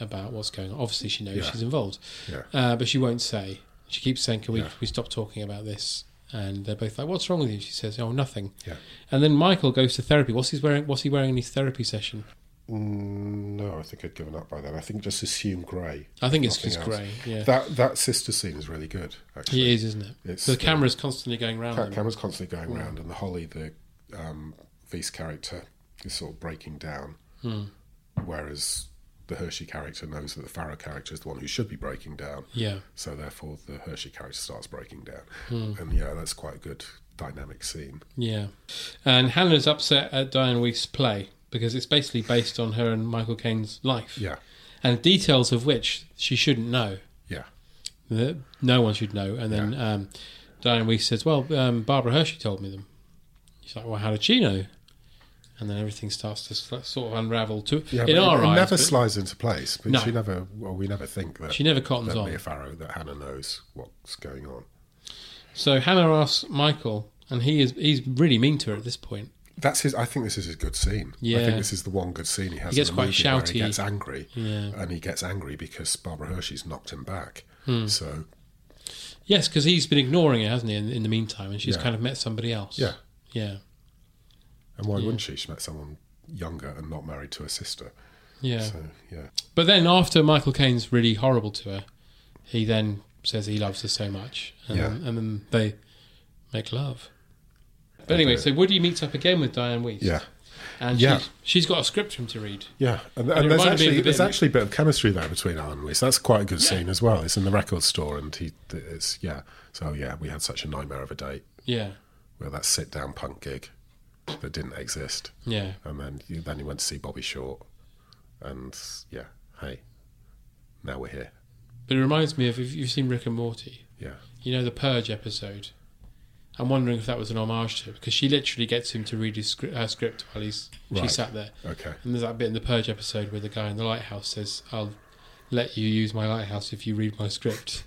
Speaker 14: about what's going on. Obviously, she knows
Speaker 15: Yeah.
Speaker 14: she's involved.
Speaker 15: Yeah.
Speaker 14: Uh, but she won't say. She keeps saying, Can we,
Speaker 15: Yeah.
Speaker 14: we stop talking about this? And they're both like, What's wrong with you? She says, Oh, nothing.
Speaker 15: Yeah.
Speaker 14: And then Michael goes to therapy. What's, he's wearing, what's he wearing in his therapy session?
Speaker 15: Mm, no, I think I'd given up by then. I think just assume grey.
Speaker 14: I think it's
Speaker 15: Nothing
Speaker 14: just
Speaker 15: else.
Speaker 14: grey, yeah.
Speaker 15: That that sister scene is really good. Actually,
Speaker 14: It is, isn't it?
Speaker 15: It's,
Speaker 14: the
Speaker 15: uh,
Speaker 14: camera's constantly going round.
Speaker 15: ca-
Speaker 14: them.
Speaker 15: camera's constantly going
Speaker 14: Mm.
Speaker 15: round, and the Holly, the um, V's character, is sort of breaking down,
Speaker 14: Hmm.
Speaker 15: whereas the Hershey character knows that the Farrow character is the one who should be breaking down.
Speaker 14: Yeah.
Speaker 15: So therefore, the Hershey character starts breaking down,
Speaker 14: Hmm.
Speaker 15: and yeah, that's quite a good dynamic scene.
Speaker 14: Yeah. And Hannah's upset at Diane Weist's play because it's basically based on her and Michael Caine's life.
Speaker 15: Yeah.
Speaker 14: And details of which she shouldn't know.
Speaker 15: Yeah.
Speaker 14: That no one should know. And then um, Diane Weist says, Well, um, Barbara Hershey told me them. She's like, Well, how did she know? And then everything starts to sl- sort of unravel to
Speaker 15: Yeah,
Speaker 14: in
Speaker 15: but
Speaker 14: our
Speaker 15: it,
Speaker 14: eyes.
Speaker 15: it never
Speaker 14: but-
Speaker 15: slides into place. But
Speaker 14: No.
Speaker 15: she never, well, we never think that
Speaker 14: She never cottons
Speaker 15: that
Speaker 14: on.
Speaker 15: Mia Farrow, that Hannah knows what's going on.
Speaker 14: So Hannah asks Michael, and he is he's really mean to her at this point.
Speaker 15: That's his. I think this is his good scene. I
Speaker 14: Yeah.
Speaker 15: think this is the one good scene he has.
Speaker 14: He gets
Speaker 15: in the
Speaker 14: quite
Speaker 15: movie where
Speaker 14: shouty.
Speaker 15: He gets angry.
Speaker 14: Yeah.
Speaker 15: And he gets angry because Barbara Hershey's knocked him back.
Speaker 14: Hmm.
Speaker 15: So
Speaker 14: Yes, because he's been ignoring it, hasn't he? In, in the meantime, and she's
Speaker 15: Yeah.
Speaker 14: kind of met somebody else.
Speaker 15: Yeah.
Speaker 14: yeah,
Speaker 15: and why
Speaker 14: Yeah.
Speaker 15: wouldn't she? She met someone younger and not married to her sister.
Speaker 14: yeah.
Speaker 15: So yeah.
Speaker 14: But then after Michael Caine's really horrible to her, he then says he loves her so much, and,
Speaker 15: Yeah.
Speaker 14: then, and then they make love. But
Speaker 15: They
Speaker 14: anyway,
Speaker 15: do.
Speaker 14: so Woody meets up again with Diane Weiss.
Speaker 15: Yeah.
Speaker 14: and
Speaker 15: Yeah.
Speaker 14: she's- she's got a script for him to read.
Speaker 15: Yeah, and,
Speaker 14: it
Speaker 15: and there's
Speaker 14: reminded me of
Speaker 15: actually
Speaker 14: the bit
Speaker 15: there's
Speaker 14: in-
Speaker 15: actually a bit of chemistry there between Alan and Weiss. That's quite a good scene as well. It's in the record store, and he it's yeah. So yeah, we had such a nightmare of a date.
Speaker 14: Yeah.
Speaker 15: we had that sit down punk gig that didn't exist.
Speaker 14: Yeah.
Speaker 15: and then you, then you went to see Bobby Short, and yeah, hey, now we're here.
Speaker 14: But it reminds me of if you've seen Rick and Morty.
Speaker 15: Yeah.
Speaker 14: You know the Purge episode. I'm wondering if that was an homage to it because she literally gets him to read his script, her script while he's she
Speaker 15: Right.
Speaker 14: sat there.
Speaker 15: Okay.
Speaker 14: And there's that bit in the Purge episode where the guy in the lighthouse says, "I'll let you use my lighthouse if you read my script,"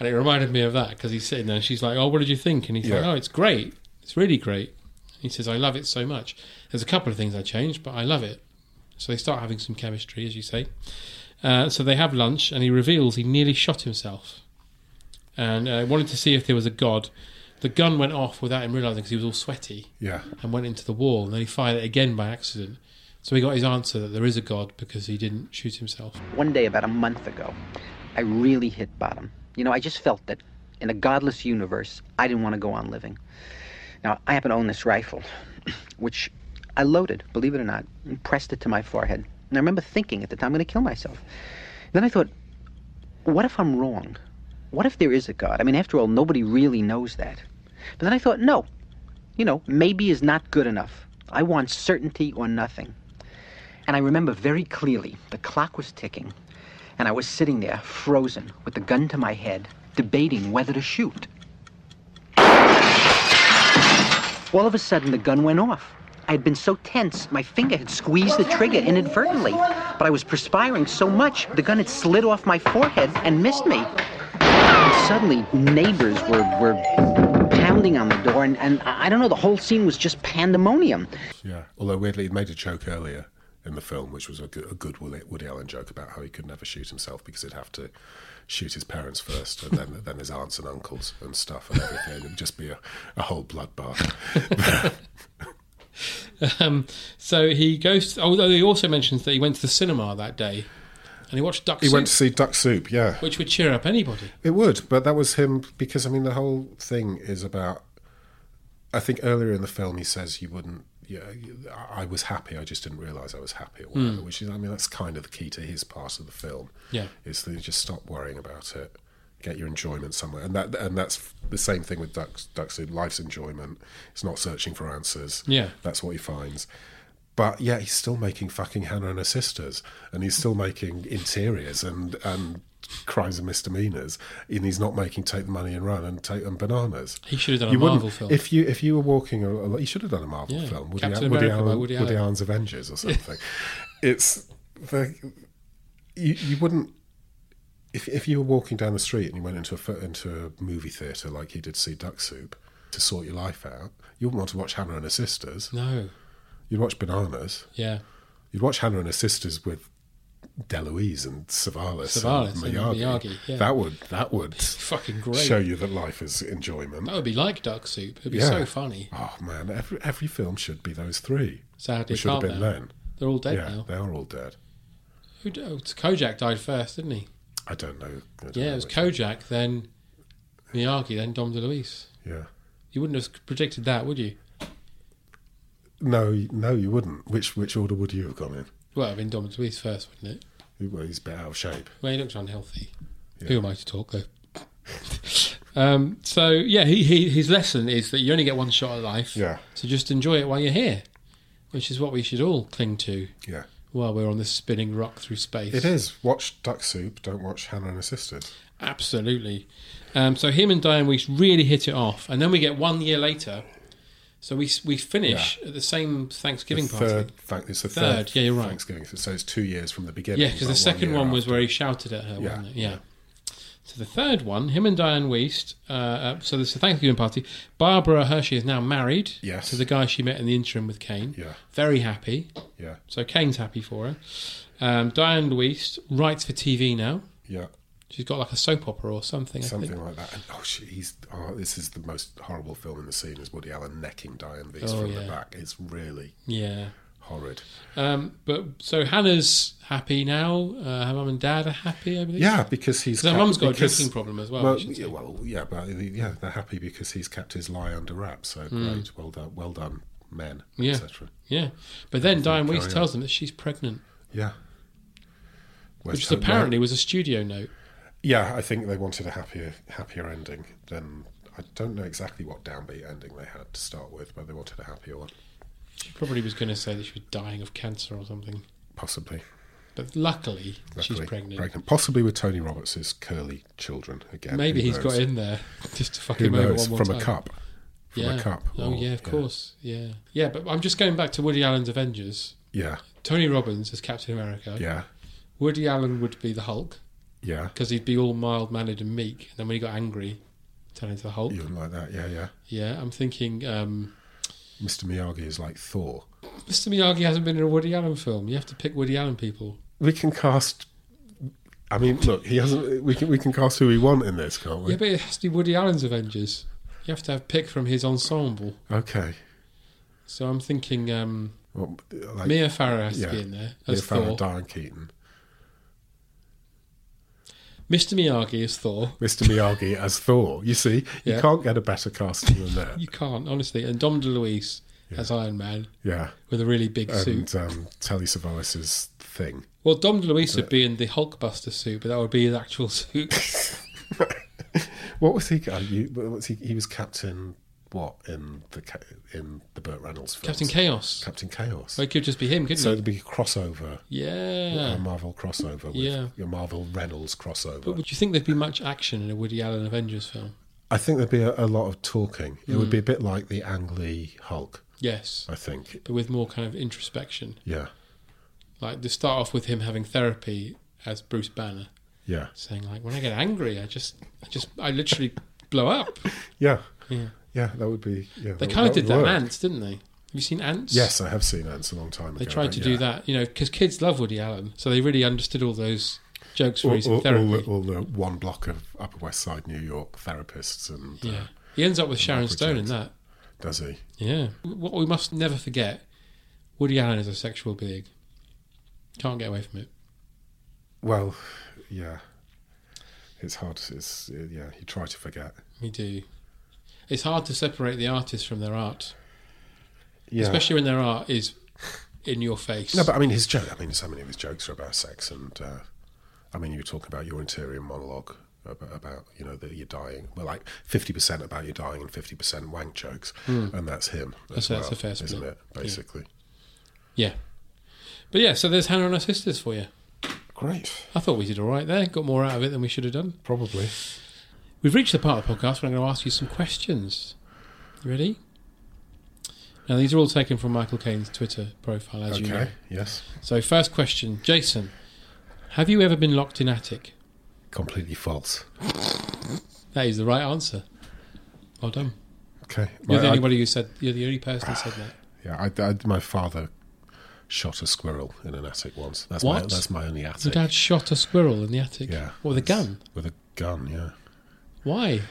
Speaker 14: and it reminded me of that because he's sitting there and she's like, "Oh, what did you think?" And he's like,
Speaker 15: Yeah.
Speaker 14: "Oh, it's great. It's really great." He says, "I love it so much. There's a couple of things I changed, but I love it." So they start having some chemistry, as you say. Uh, so they have lunch, and he reveals he nearly shot himself, and uh, wanted to see if there was a god. The gun went off without him realizing because he was all sweaty.
Speaker 15: Yeah.
Speaker 14: and went into the wall, and then he fired it again by accident. So he got his answer that there is a god because he didn't shoot himself.
Speaker 13: One day, about a month ago, I really hit bottom. You know, I just felt that in a godless universe, I didn't want to go on living. Now, I happen to own this rifle, which I loaded, believe it or not, and pressed it to my forehead. And I remember thinking at the time, I'm going to kill myself. Then I thought, what if I'm wrong? What if there is a God? I mean, after all, nobody really knows that. But then I thought, no, you know, maybe is not good enough. I want certainty or nothing. And I remember very clearly the clock was ticking, and I was sitting there, frozen, with the gun to my head, debating whether to shoot. All of a sudden, the gun went off. I had been so tense, my finger had squeezed the trigger inadvertently. But I was perspiring so much, the gun had slid off my forehead and missed me. And suddenly, neighbors were, were pounding on the door, and, and I I don't know, the whole scene was just pandemonium.
Speaker 15: Yeah. Although weirdly, he made a joke earlier in the film, which was a good, a good Woody Woody Allen joke about how he could never shoot himself because he'd have to shoot his parents first, and then then his aunts and uncles and stuff and everything. It'd just be a, a whole bloodbath.
Speaker 14: Um, so he goes. Although he also mentions that he went to the cinema that day, and he watched Duck
Speaker 15: he
Speaker 14: Soup,
Speaker 15: went to see Duck Soup. Yeah.
Speaker 14: which would cheer up anybody.
Speaker 15: It would, but that was him because I mean the whole thing is about. I think earlier in the film he says you wouldn't. Yeah, you- I was happy. I just didn't realize I was happy, or whatever.
Speaker 14: Mm.
Speaker 15: Which is, I mean, that's kind of the key to his part of the film.
Speaker 14: Yeah.
Speaker 15: is that you just stop worrying about it, get your enjoyment somewhere, and that and that's the same thing with Duck Duck Soup. Life's enjoyment. It's not searching for answers.
Speaker 14: Yeah.
Speaker 15: that's what he finds. But yeah, he's still making fucking Hannah and her sisters, and he's still making interiors and and crimes and misdemeanors, and he's not making take the money and run and take them bananas.
Speaker 14: He should have done
Speaker 15: You
Speaker 14: a
Speaker 15: wouldn't-
Speaker 14: Marvel film.
Speaker 15: If you if you were walking, a- a- you should have done a Marvel
Speaker 14: Yeah,
Speaker 15: film. Woody,
Speaker 14: Captain
Speaker 15: Al- Woody,
Speaker 14: America by
Speaker 15: Allen,
Speaker 14: Woody
Speaker 15: Woody,
Speaker 14: Allen.
Speaker 15: Allen's Avengers or something. it's the, you, you wouldn't. If, if you were walking down the street and you went into a fo- into a movie theater like you did see Duck Soup to sort your life out, you wouldn't want to watch Hannah and her sisters.
Speaker 14: No.
Speaker 15: You'd watch Bananas.
Speaker 14: Yeah.
Speaker 15: You'd watch Hannah and her sisters with Deloise and Savalas,
Speaker 14: Savalas
Speaker 15: and
Speaker 14: and
Speaker 15: Miyagi.
Speaker 14: Miyagi, yeah.
Speaker 15: That would that would
Speaker 14: Fucking great.
Speaker 15: show you that life is enjoyment.
Speaker 14: That would be like Duck Soup. It'd be
Speaker 15: Yeah.
Speaker 14: so funny.
Speaker 15: Oh man, every every film should be those three.
Speaker 14: Sadly,
Speaker 15: It should have
Speaker 14: can't
Speaker 15: been
Speaker 14: now.
Speaker 15: then.
Speaker 14: They're all dead
Speaker 15: yeah,
Speaker 14: now.
Speaker 15: They are all dead.
Speaker 14: Who d- oh, it's Kojak died first, didn't he?
Speaker 15: I don't know. I don't
Speaker 14: Yeah,
Speaker 15: know
Speaker 14: it was
Speaker 15: which-
Speaker 14: Kojak, then Miyagi, then Dom DeLuise.
Speaker 15: Yeah.
Speaker 14: You wouldn't have predicted that, would you?
Speaker 15: No, no, you wouldn't. Which which order would you have gone in?
Speaker 14: Well, it'd been Dom DeLuise first, wouldn't it?
Speaker 15: He- Well, he's a bit out of shape.
Speaker 14: Well, he looked unhealthy.
Speaker 15: Yeah.
Speaker 14: Who am I to talk though? um, so yeah, he, he, his lesson is that you only get one shot at life.
Speaker 15: Yeah.
Speaker 14: So just enjoy it while you're here, which is what we should all cling to.
Speaker 15: Yeah.
Speaker 14: While we're on this spinning rock through space.
Speaker 15: It is. Watch Duck Soup. Don't watch Hannah and her sisters.
Speaker 14: Absolutely. Um, so him and Diane Weeks really hit it off, and then we get one year later. So we we finish at the same Thanksgiving
Speaker 15: the
Speaker 14: party.
Speaker 15: Third, fact, it's the third,
Speaker 14: Third, yeah, you're right.
Speaker 15: Thanksgiving. So it's two years from the beginning.
Speaker 14: yeah, because
Speaker 15: but
Speaker 14: the second
Speaker 15: year
Speaker 14: one was
Speaker 15: after.
Speaker 14: where he shouted at her,
Speaker 15: Yeah,
Speaker 14: wasn't it? Yeah. So the third one, him and Diane Weist. Uh, uh, so this is a Thanksgiving party. Barbara Hershey is now married.
Speaker 15: Yes.
Speaker 14: To the guy she met in the interim with Kane.
Speaker 15: Yeah.
Speaker 14: Very happy.
Speaker 15: Yeah.
Speaker 14: So Kane's happy for her. Um, Diane Weist writes for TV now.
Speaker 15: Yeah.
Speaker 14: She's got like a soap opera or something. I
Speaker 15: Something
Speaker 14: think.
Speaker 15: like that. And, oh, she, he's oh, this is the most horrible film in the scene is Woody Allen necking Diane Veese
Speaker 14: Oh,
Speaker 15: from
Speaker 14: yeah.
Speaker 15: the back. It's really
Speaker 14: Yeah.
Speaker 15: horrid.
Speaker 14: Um, but so Hannah's happy now. Uh, her mum and dad are happy, I believe.
Speaker 15: Yeah, because he's
Speaker 14: her
Speaker 15: kept-
Speaker 14: mum's got
Speaker 15: because-
Speaker 14: a drinking problem as well.
Speaker 15: Well,
Speaker 14: I should say.
Speaker 15: yeah, well, yeah, but yeah, they're happy because he's kept his lie under wraps. So
Speaker 14: Mm.
Speaker 15: great, well done, well done, men,
Speaker 14: Yeah.
Speaker 15: etc.
Speaker 14: Yeah. But then Diane
Speaker 15: carry
Speaker 14: Weiss
Speaker 15: on.
Speaker 14: tells them that she's pregnant,
Speaker 15: Yeah,
Speaker 14: which is
Speaker 15: Where's-
Speaker 14: apparently was a studio note.
Speaker 15: Yeah, I think they wanted a happier, happier ending than I don't know exactly what downbeat ending they had to start with, but they wanted a happier one,
Speaker 14: She probably was going to say that she was dying of cancer or something.
Speaker 15: possibly.
Speaker 14: But luckily, she's
Speaker 15: Luckily,
Speaker 14: pregnant.
Speaker 15: possibly with Tony Roberts' curly children again.
Speaker 14: Maybe
Speaker 15: who
Speaker 14: he's got
Speaker 15: knows?
Speaker 14: in there just to fuck
Speaker 15: Who
Speaker 14: him over
Speaker 15: knows?
Speaker 14: one more
Speaker 15: from
Speaker 14: time.
Speaker 15: a cup, from
Speaker 14: yeah.
Speaker 15: a cup.
Speaker 14: Oh
Speaker 15: or-
Speaker 14: yeah, of course. Yeah, yeah. But I'm just going back to Woody Allen's Avengers.
Speaker 15: Yeah.
Speaker 14: Tony Robbins as Captain America.
Speaker 15: Yeah.
Speaker 14: Woody Allen would be the Hulk
Speaker 15: yeah.
Speaker 14: because he'd be all mild mannered and meek, and then when he got angry, turn into the Hulk.
Speaker 15: Even like that, yeah, yeah.
Speaker 14: Yeah, I'm thinking um,
Speaker 15: Mr. Miyagi is like Thor.
Speaker 14: Mr. Miyagi hasn't been in a Woody Allen film. You have to pick Woody Allen people.
Speaker 15: We can cast. I mean, look, he hasn't. We can we can cast who we want in this, can't we?
Speaker 14: Yeah, but it has to be Woody Allen's Avengers. You have to have pick from his ensemble.
Speaker 15: Okay.
Speaker 14: So I'm thinking um,
Speaker 15: Well, like-
Speaker 14: Mia Farrow has
Speaker 15: yeah.
Speaker 14: to be in there
Speaker 15: Mia
Speaker 14: as
Speaker 15: Farrow,
Speaker 14: Thor.
Speaker 15: Diane Keaton,
Speaker 14: Mr. Miyagi is Thor.
Speaker 15: Mr. Miyagi as Thor. You see,
Speaker 14: Yeah.
Speaker 15: you can't get a better casting than that.
Speaker 14: You can't honestly. And Dom DeLuise as Iron Man.
Speaker 15: Yeah.
Speaker 14: with a really big
Speaker 15: And
Speaker 14: suit.
Speaker 15: um, Telly Savalas' thing.
Speaker 14: Well, Dom DeLuise would be in the Hulkbuster suit, but that would be his actual suit.
Speaker 15: What was he? Uh, you, what was he? He was Captain what in the ca- in the Burt Reynolds film?
Speaker 14: Captain Chaos.
Speaker 15: Captain Chaos.
Speaker 14: Well, it could just be him, couldn't
Speaker 15: so
Speaker 14: it?
Speaker 15: it'd be a crossover.
Speaker 14: Yeah.
Speaker 15: A Marvel crossover with
Speaker 14: Yeah.
Speaker 15: your Marvel Reynolds crossover.
Speaker 14: But would you think there'd be much action in a Woody Allen Avengers film?
Speaker 15: I think there'd be a, a lot of talking. It
Speaker 14: Mm.
Speaker 15: would be a bit like the Ang Lee Hulk,
Speaker 14: Yes,
Speaker 15: I think.
Speaker 14: but with more kind of introspection.
Speaker 15: Yeah.
Speaker 14: Like to start off with him having therapy as Bruce Banner,
Speaker 15: Yeah.
Speaker 14: saying like, "When I get angry, I just, I just, I literally blow up."
Speaker 15: Yeah.
Speaker 14: Yeah.
Speaker 15: Yeah, that would be. Yeah,
Speaker 14: They
Speaker 15: would-
Speaker 14: kind
Speaker 15: would
Speaker 14: of did that in
Speaker 15: work.
Speaker 14: Ants, didn't they? Have you seen Ants?
Speaker 15: Yes, I have seen Ants a long time
Speaker 14: They
Speaker 15: ago.
Speaker 14: tried
Speaker 15: but
Speaker 14: to
Speaker 15: yeah.
Speaker 14: do that, you know, because kids love Woody Allen, so they really understood all those jokes for
Speaker 15: All,
Speaker 14: his
Speaker 15: all- all
Speaker 14: therapy.
Speaker 15: the, all the one block of Upper West Side New York therapists and.
Speaker 14: yeah,
Speaker 15: Uh,
Speaker 14: he ends up with Sharon
Speaker 15: awkward
Speaker 14: Stone in
Speaker 15: jokes.
Speaker 14: that.
Speaker 15: does he?
Speaker 14: Yeah. What we must never forget: Woody Allen is a sexual being. Can't get away from it.
Speaker 15: Well, yeah. It's hard. It's yeah. You try to forget.
Speaker 14: We do. It's hard to separate the artist from their art,
Speaker 15: Yeah.
Speaker 14: especially when their art is in your face.
Speaker 15: No, but I mean his joke. I mean, so many of his jokes are about sex, and uh, I mean, you were talking about your interior monologue about, about you know that you're dying. Well, like fifty percent about you're dying and fifty percent wank jokes,
Speaker 14: Hmm.
Speaker 15: and that's him.
Speaker 14: That's-
Speaker 15: as
Speaker 14: that's
Speaker 15: well,
Speaker 14: a fair
Speaker 15: isn't
Speaker 14: split.
Speaker 15: it? Basically,
Speaker 14: yeah, but yeah. So there's Hannah and her sisters for you.
Speaker 15: great.
Speaker 14: I thought we did all right there. Got more out of it than we should have done.
Speaker 15: Probably.
Speaker 14: We've reached the part of the podcast where I'm going to ask you some questions. You ready? Now these are all taken from Michael Caine's Twitter profile, as you
Speaker 15: okay.
Speaker 14: know.
Speaker 15: Yes.
Speaker 14: So first question, Jason, have you ever been locked in attic?
Speaker 15: Completely false.
Speaker 14: That is the right answer. Well done.
Speaker 15: Okay. My-
Speaker 14: You're the
Speaker 15: I-
Speaker 14: only one who said. You're the only person who said that.
Speaker 15: yeah. I, I- my father shot a squirrel in an attic once. That's my
Speaker 14: What?
Speaker 15: that's my only
Speaker 14: Your
Speaker 15: attic.
Speaker 14: dad shot a squirrel in the attic.
Speaker 15: Yeah.
Speaker 14: What, with a gun.
Speaker 15: With a gun. Yeah.
Speaker 14: Why?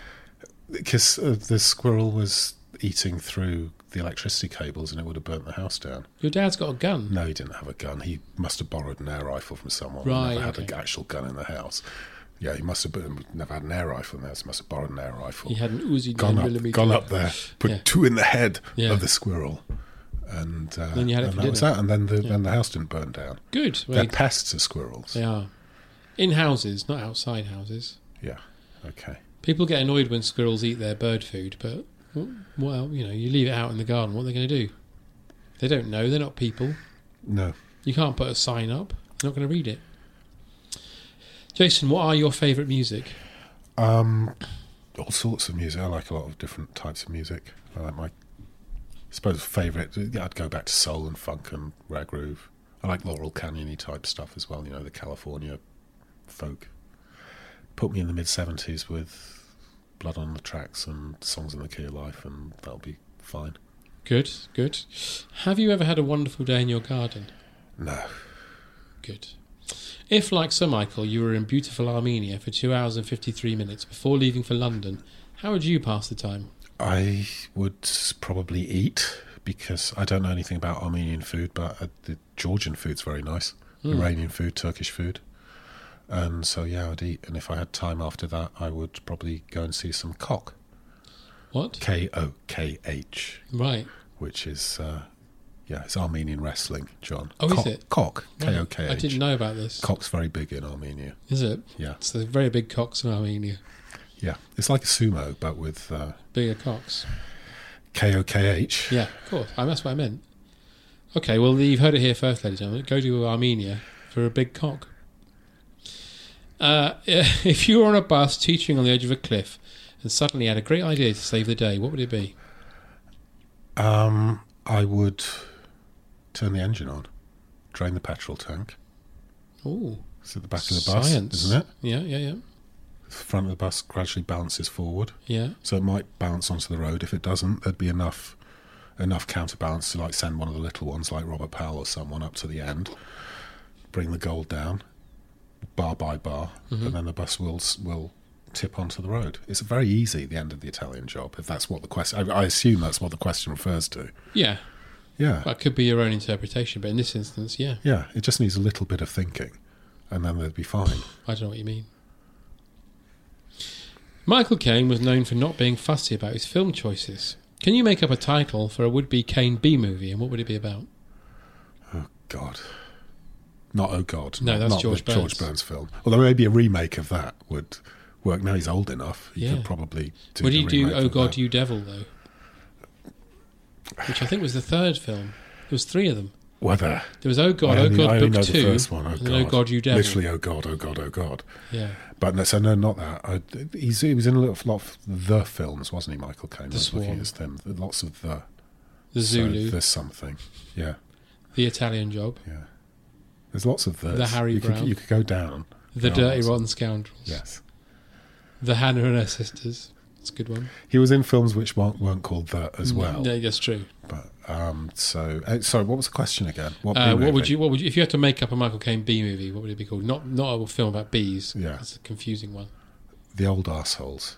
Speaker 15: Because uh, the squirrel was eating through the electricity cables and it would have burnt the house down.
Speaker 14: Your dad's got a gun.
Speaker 15: No, he didn't have a gun. He must have borrowed an air rifle from someone. He
Speaker 14: Right,
Speaker 15: Never had
Speaker 14: okay.
Speaker 15: an actual gun in the house. Yeah, he must have been, never had an air rifle in the house. He must have borrowed an air rifle.
Speaker 14: He had an Uzi
Speaker 15: gone
Speaker 14: 9
Speaker 15: up,
Speaker 14: millimeter.
Speaker 15: gone up there, put
Speaker 14: Yeah.
Speaker 15: two in the head
Speaker 14: Yeah.
Speaker 15: of the squirrel, and uh,
Speaker 14: Then you had it
Speaker 15: and
Speaker 14: for
Speaker 15: that was
Speaker 14: dinner.
Speaker 15: that. And then the then the house didn't burn down.
Speaker 14: Good. Well,
Speaker 15: They're
Speaker 14: you-
Speaker 15: pests of squirrels.
Speaker 14: They are in houses, not outside houses.
Speaker 15: Yeah. Okay.
Speaker 14: People get annoyed when squirrels eat their bird food, but well, you know, you leave it out in the garden. What are they going to do? They don't know. They're not people.
Speaker 15: No.
Speaker 14: You can't put a sign up. They're not going to read it. Jason, what are your favourite music?
Speaker 15: Um, all sorts of music. I like a lot of different types of music. I like my, I suppose, favourite. yeah, I'd go back to soul and funk and rag groove. I like Laurel Canyony type stuff as well. You know, the California folk put me in the mid 70s with Blood on the Tracks and Songs in the Key of Life, and that'll be fine.
Speaker 14: Good, good. Have you ever had a wonderful day in your garden?
Speaker 15: No.
Speaker 14: Good. If, like Sir Michael, you were in beautiful Armenia for two hours and 53 minutes before leaving for London, how would you pass the time?
Speaker 15: I would probably eat because I don't know anything about Armenian food, but uh, the Georgian food's very nice.
Speaker 14: Mm.
Speaker 15: Iranian food, Turkish food. And so, yeah, I'd eat. And if I had time after that, I would probably go and see some cock.
Speaker 14: What?
Speaker 15: K O K H.
Speaker 14: Right.
Speaker 15: Which is, uh, yeah, it's Armenian wrestling, John.
Speaker 14: Oh, is
Speaker 15: Cock-
Speaker 14: it?
Speaker 15: Cock.
Speaker 14: Right.
Speaker 15: K O K H.
Speaker 14: I didn't know about this.
Speaker 15: Cock's very big in Armenia.
Speaker 14: Is it?
Speaker 15: Yeah.
Speaker 14: It's the very big cocks in Armenia.
Speaker 15: Yeah. It's like a sumo, but with uh,
Speaker 14: Bigger cocks.
Speaker 15: K O K H.
Speaker 14: Yeah, of course. I, that's what I meant. Okay, well, you've heard it here first, ladies and gentlemen. Go to Armenia for a big cock. Uh, if you were on a bus teetering on the edge of a cliff and suddenly had a great idea to save the day, what would it be?
Speaker 15: Um, I would turn the engine on, drain the petrol tank.
Speaker 14: Oh,
Speaker 15: It's at the back of the bus,
Speaker 14: Science.
Speaker 15: isn't it?
Speaker 14: Yeah, yeah, yeah.
Speaker 15: The front of the bus gradually bounces forward.
Speaker 14: Yeah.
Speaker 15: So it might bounce onto the road. If it doesn't, there'd be enough enough counterbalance to like send one of the little ones, like Robert Powell or someone, up to the end, bring the gold down, bar by bar,
Speaker 14: Mhm.
Speaker 15: and then the bus will s- will tip onto the road. It's very easy. The end of the Italian job, if that's what the question. I, I assume that's what the question refers to.
Speaker 14: Yeah.
Speaker 15: Yeah.
Speaker 14: That could be your own interpretation, but in this instance, yeah.
Speaker 15: Yeah, it just needs a little bit of thinking, and then they'd be fine.
Speaker 14: I don't know what you mean. Michael Caine was known for not being fussy about his film choices. Can you make up a title for a would be Caine B movie, and what would it be about?
Speaker 15: Oh God. Not oh God.
Speaker 14: No,
Speaker 15: not-
Speaker 14: that's
Speaker 15: not the
Speaker 14: George Burns.
Speaker 15: George Burns film. Although maybe a remake of that would work. Now he's old enough. He
Speaker 14: Yeah.
Speaker 15: could probably do.
Speaker 14: would
Speaker 15: the
Speaker 14: he do
Speaker 15: remake
Speaker 14: Oh
Speaker 15: of
Speaker 14: God,
Speaker 15: that.
Speaker 14: You Devil, though? Which I think was the third film. There was three of them.
Speaker 15: Whether
Speaker 14: There was Oh God,
Speaker 15: I
Speaker 14: Oh
Speaker 15: only,
Speaker 14: God,
Speaker 15: I only
Speaker 14: Book
Speaker 15: know
Speaker 14: Two,
Speaker 15: The first one, oh
Speaker 14: and
Speaker 15: God.
Speaker 14: then Oh God, You Devil.
Speaker 15: Literally Oh God, Oh God, Oh God.
Speaker 14: Yeah.
Speaker 15: But no, so no, not that. I, he's, he was in a lot of, lot of the films, wasn't he, Michael Caine?
Speaker 14: The
Speaker 15: I was looking at
Speaker 14: Swan.
Speaker 15: his thing. Lots of the.
Speaker 14: The Zulu.
Speaker 15: So there's something. Yeah.
Speaker 14: The Italian Job.
Speaker 15: Yeah. There's lots of those.
Speaker 14: The Harry
Speaker 15: you
Speaker 14: Brown.
Speaker 15: Could, you could go down. Go
Speaker 14: The
Speaker 15: on,
Speaker 14: Dirty
Speaker 15: lots of-
Speaker 14: Rotten Scoundrels.
Speaker 15: Yes.
Speaker 14: The Hannah and Her Sisters. It's a good one.
Speaker 15: He was in films which weren't, weren't called that
Speaker 14: Mm,
Speaker 15: as well.
Speaker 14: No, that's true.
Speaker 15: But um, so uh, sorry, what was the question again? What,
Speaker 14: Uh,
Speaker 15: B
Speaker 14: what would
Speaker 15: movie?
Speaker 14: you? What would you? If you had to make up a Michael Caine B movie, what would it be called? Not not a film about bees.
Speaker 15: Yeah.
Speaker 14: it's a confusing one.
Speaker 15: The old assholes.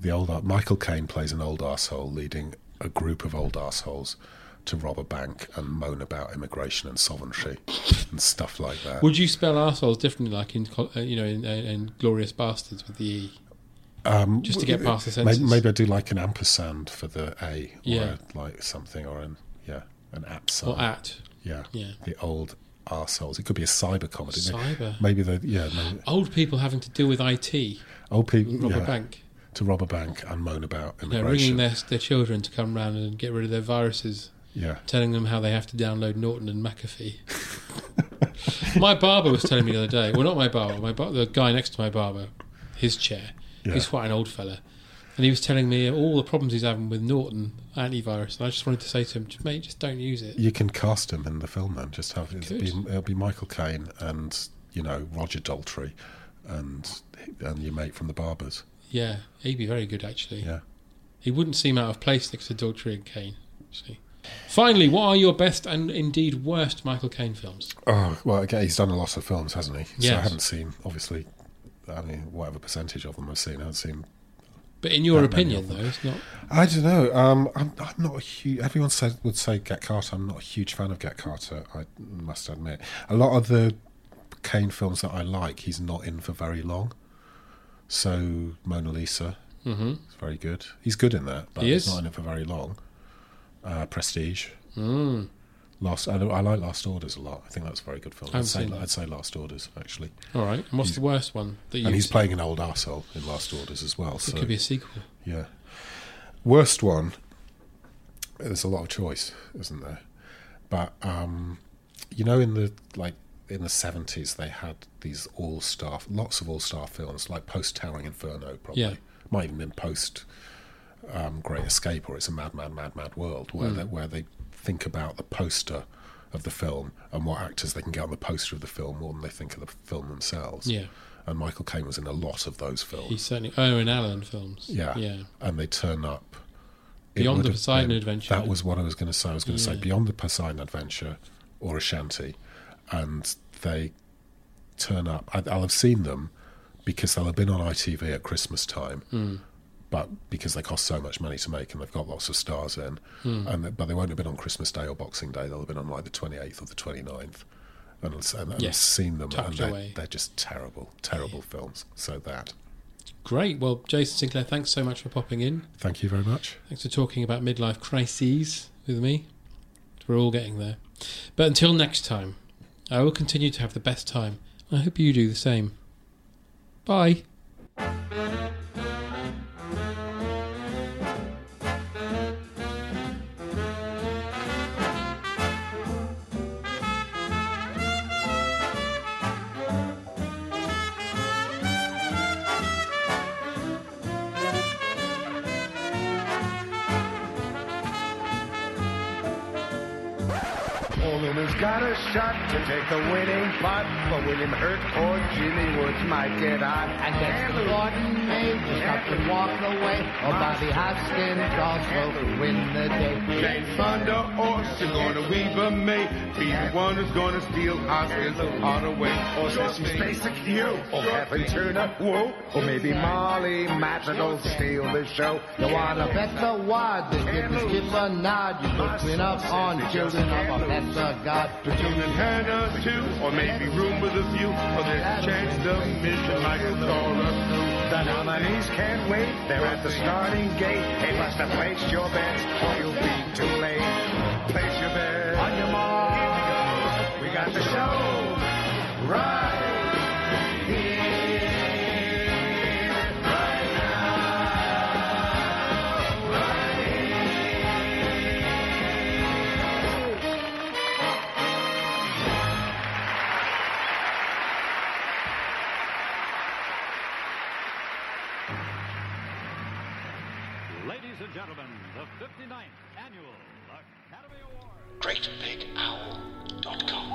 Speaker 15: The old ar- Michael Caine plays an old asshole leading a group of old assholes to rob a bank and moan about immigration and sovereignty and stuff like that.
Speaker 14: Would you spell assholes differently, like in col- uh, you know in, uh, in Glorious Bastards with the E?
Speaker 15: um,
Speaker 14: just to get past the
Speaker 15: may-
Speaker 14: sentence.
Speaker 15: Maybe, I do like an ampersand for the A, or
Speaker 14: Yeah.
Speaker 15: a- like something, or an yeah, an at sign.
Speaker 14: Or at.
Speaker 15: Yeah,
Speaker 14: Yeah.
Speaker 15: The old assholes. It could be a cyber comedy.
Speaker 14: Cyber.
Speaker 15: Maybe the yeah. Maybe,
Speaker 14: Old people having to deal with IT,
Speaker 15: Old people
Speaker 14: rob
Speaker 15: yeah,
Speaker 14: a bank,
Speaker 15: to rob a bank and moan about
Speaker 14: you know, ringing
Speaker 15: immigration.
Speaker 14: their their children to come round and get rid of their viruses.
Speaker 15: Yeah.
Speaker 14: telling them how they have to download Norton and McAfee. my barber was telling me the other day. Well, not my barber. My bar- the guy next to my barber, his chair.
Speaker 15: Yeah.
Speaker 14: He's quite an old fella, and he was telling me all the problems he's having with Norton antivirus. And I just wanted to say to him, "Just- mate, just don't use it.
Speaker 15: you can cast him in the film then. Just have it'll
Speaker 14: Good.
Speaker 15: be, it'll be Michael Caine and you know Roger Daltrey and and your mate from the Barbers.
Speaker 14: Yeah, he'd be very good actually.
Speaker 15: Yeah.
Speaker 14: he wouldn't seem out of place next to Daltrey and Kane. Actually. Finally, what are your best and indeed worst Michael Caine films?
Speaker 15: Oh well, again, he's done a lot of films, hasn't he? So I
Speaker 14: Yes.
Speaker 15: haven't seen obviously. I mean, whatever percentage of them I've seen, I haven't seen
Speaker 14: But in your
Speaker 15: That many
Speaker 14: opinion,
Speaker 15: of
Speaker 14: though,
Speaker 15: them.
Speaker 14: it's not.
Speaker 15: I don't know. Um, I'm, I'm not a huge. Everyone said, would say Get Carter. I'm not a huge fan of Get Carter. I must admit, a lot of the Kane films that I like, he's not in for very long. So Mona Lisa,
Speaker 14: Mhm.
Speaker 15: is very good. He's good in that, but
Speaker 14: He
Speaker 15: he's
Speaker 14: is.
Speaker 15: not in it for very long. Uh, Prestige,
Speaker 14: Mm.
Speaker 15: Last. I, I like Last Orders a lot. I think that's a very good film.
Speaker 14: I haven't
Speaker 15: I'd say,
Speaker 14: seen that.
Speaker 15: I'd say Last Orders actually.
Speaker 14: All right. And what's the worst one that you?
Speaker 15: And he's playing an old arsehole in Last Orders as well.
Speaker 14: It
Speaker 15: so
Speaker 14: could be a sequel.
Speaker 15: yeah. Worst one. There's a lot of choice, isn't there? But um, you know, in the like in the seventies, they had these all star, lots of all star films, like post Towering Inferno, probably.
Speaker 14: Yeah.
Speaker 15: Might even been post um, Great Escape or It's a Mad, Mad, Mad, Mad World, where
Speaker 14: Mm.
Speaker 15: they, where they think about the poster of the film and what actors they can get on the poster of the film more than they think of the film themselves
Speaker 14: Yeah.
Speaker 15: and Michael Caine was in a lot of those films.
Speaker 14: He certainly Owen Allen films.
Speaker 15: Yeah.
Speaker 14: Yeah.
Speaker 15: And they turn up.
Speaker 14: Beyond the
Speaker 15: would have
Speaker 14: Poseidon
Speaker 15: been-
Speaker 14: Adventure.
Speaker 15: That was what I was going to say. I was going to
Speaker 14: Yeah.
Speaker 15: say Beyond the Poseidon Adventure or Ashanti. And they turn up. I, I'll have seen them because they'll have been on ITV at Christmas time.
Speaker 14: Mm.
Speaker 15: But because they cost so much money to make and they've got lots of stars in,
Speaker 14: Mm.
Speaker 15: and they, but they won't have been on Christmas Day or Boxing Day. They'll have been on like the 28th or the 29th. And, I've- and I've
Speaker 14: Yes,
Speaker 15: seen them, and
Speaker 14: tucked
Speaker 15: they're,
Speaker 14: away.
Speaker 15: they're just terrible, terrible films. So that.
Speaker 14: Great. Well, Jason Sinclair, thanks so much for popping in.
Speaker 15: Thank you very much.
Speaker 14: Thanks for talking about midlife crises with me. We're all getting there. But until next time, I will continue to have the best time. I hope you do the same. Bye.
Speaker 2: Olin has got a shot to take the winning pot, but William Hurt or Jimmy Woods might get hot.
Speaker 16: And that's the Gordon May, just have to walk away, or Bobby Hoskins also will win the day.
Speaker 21: James Thunder or Sigourney Weaver may be the one who's gonna steal Oscar's heart away.
Speaker 2: Or Sissy Spacek, you, or Kathleen Turner, whoa, or maybe Molly Madsen will steal the show.
Speaker 16: You wanna bet the wad, just give the skip a nod, you could clean up on children of a lesser god.
Speaker 21: The children had us too, or maybe room with a few, or there's a chance the mission might call us through.
Speaker 2: The nominees can't wait, they're at the starting gate. Hey, Buster, place your bets, or you'll be too late. Place your bets. On your mark, we got the show right here.
Speaker 22: Ladies and gentlemen, the 59th annual Academy Awards.
Speaker 1: GreatBigOwl.com.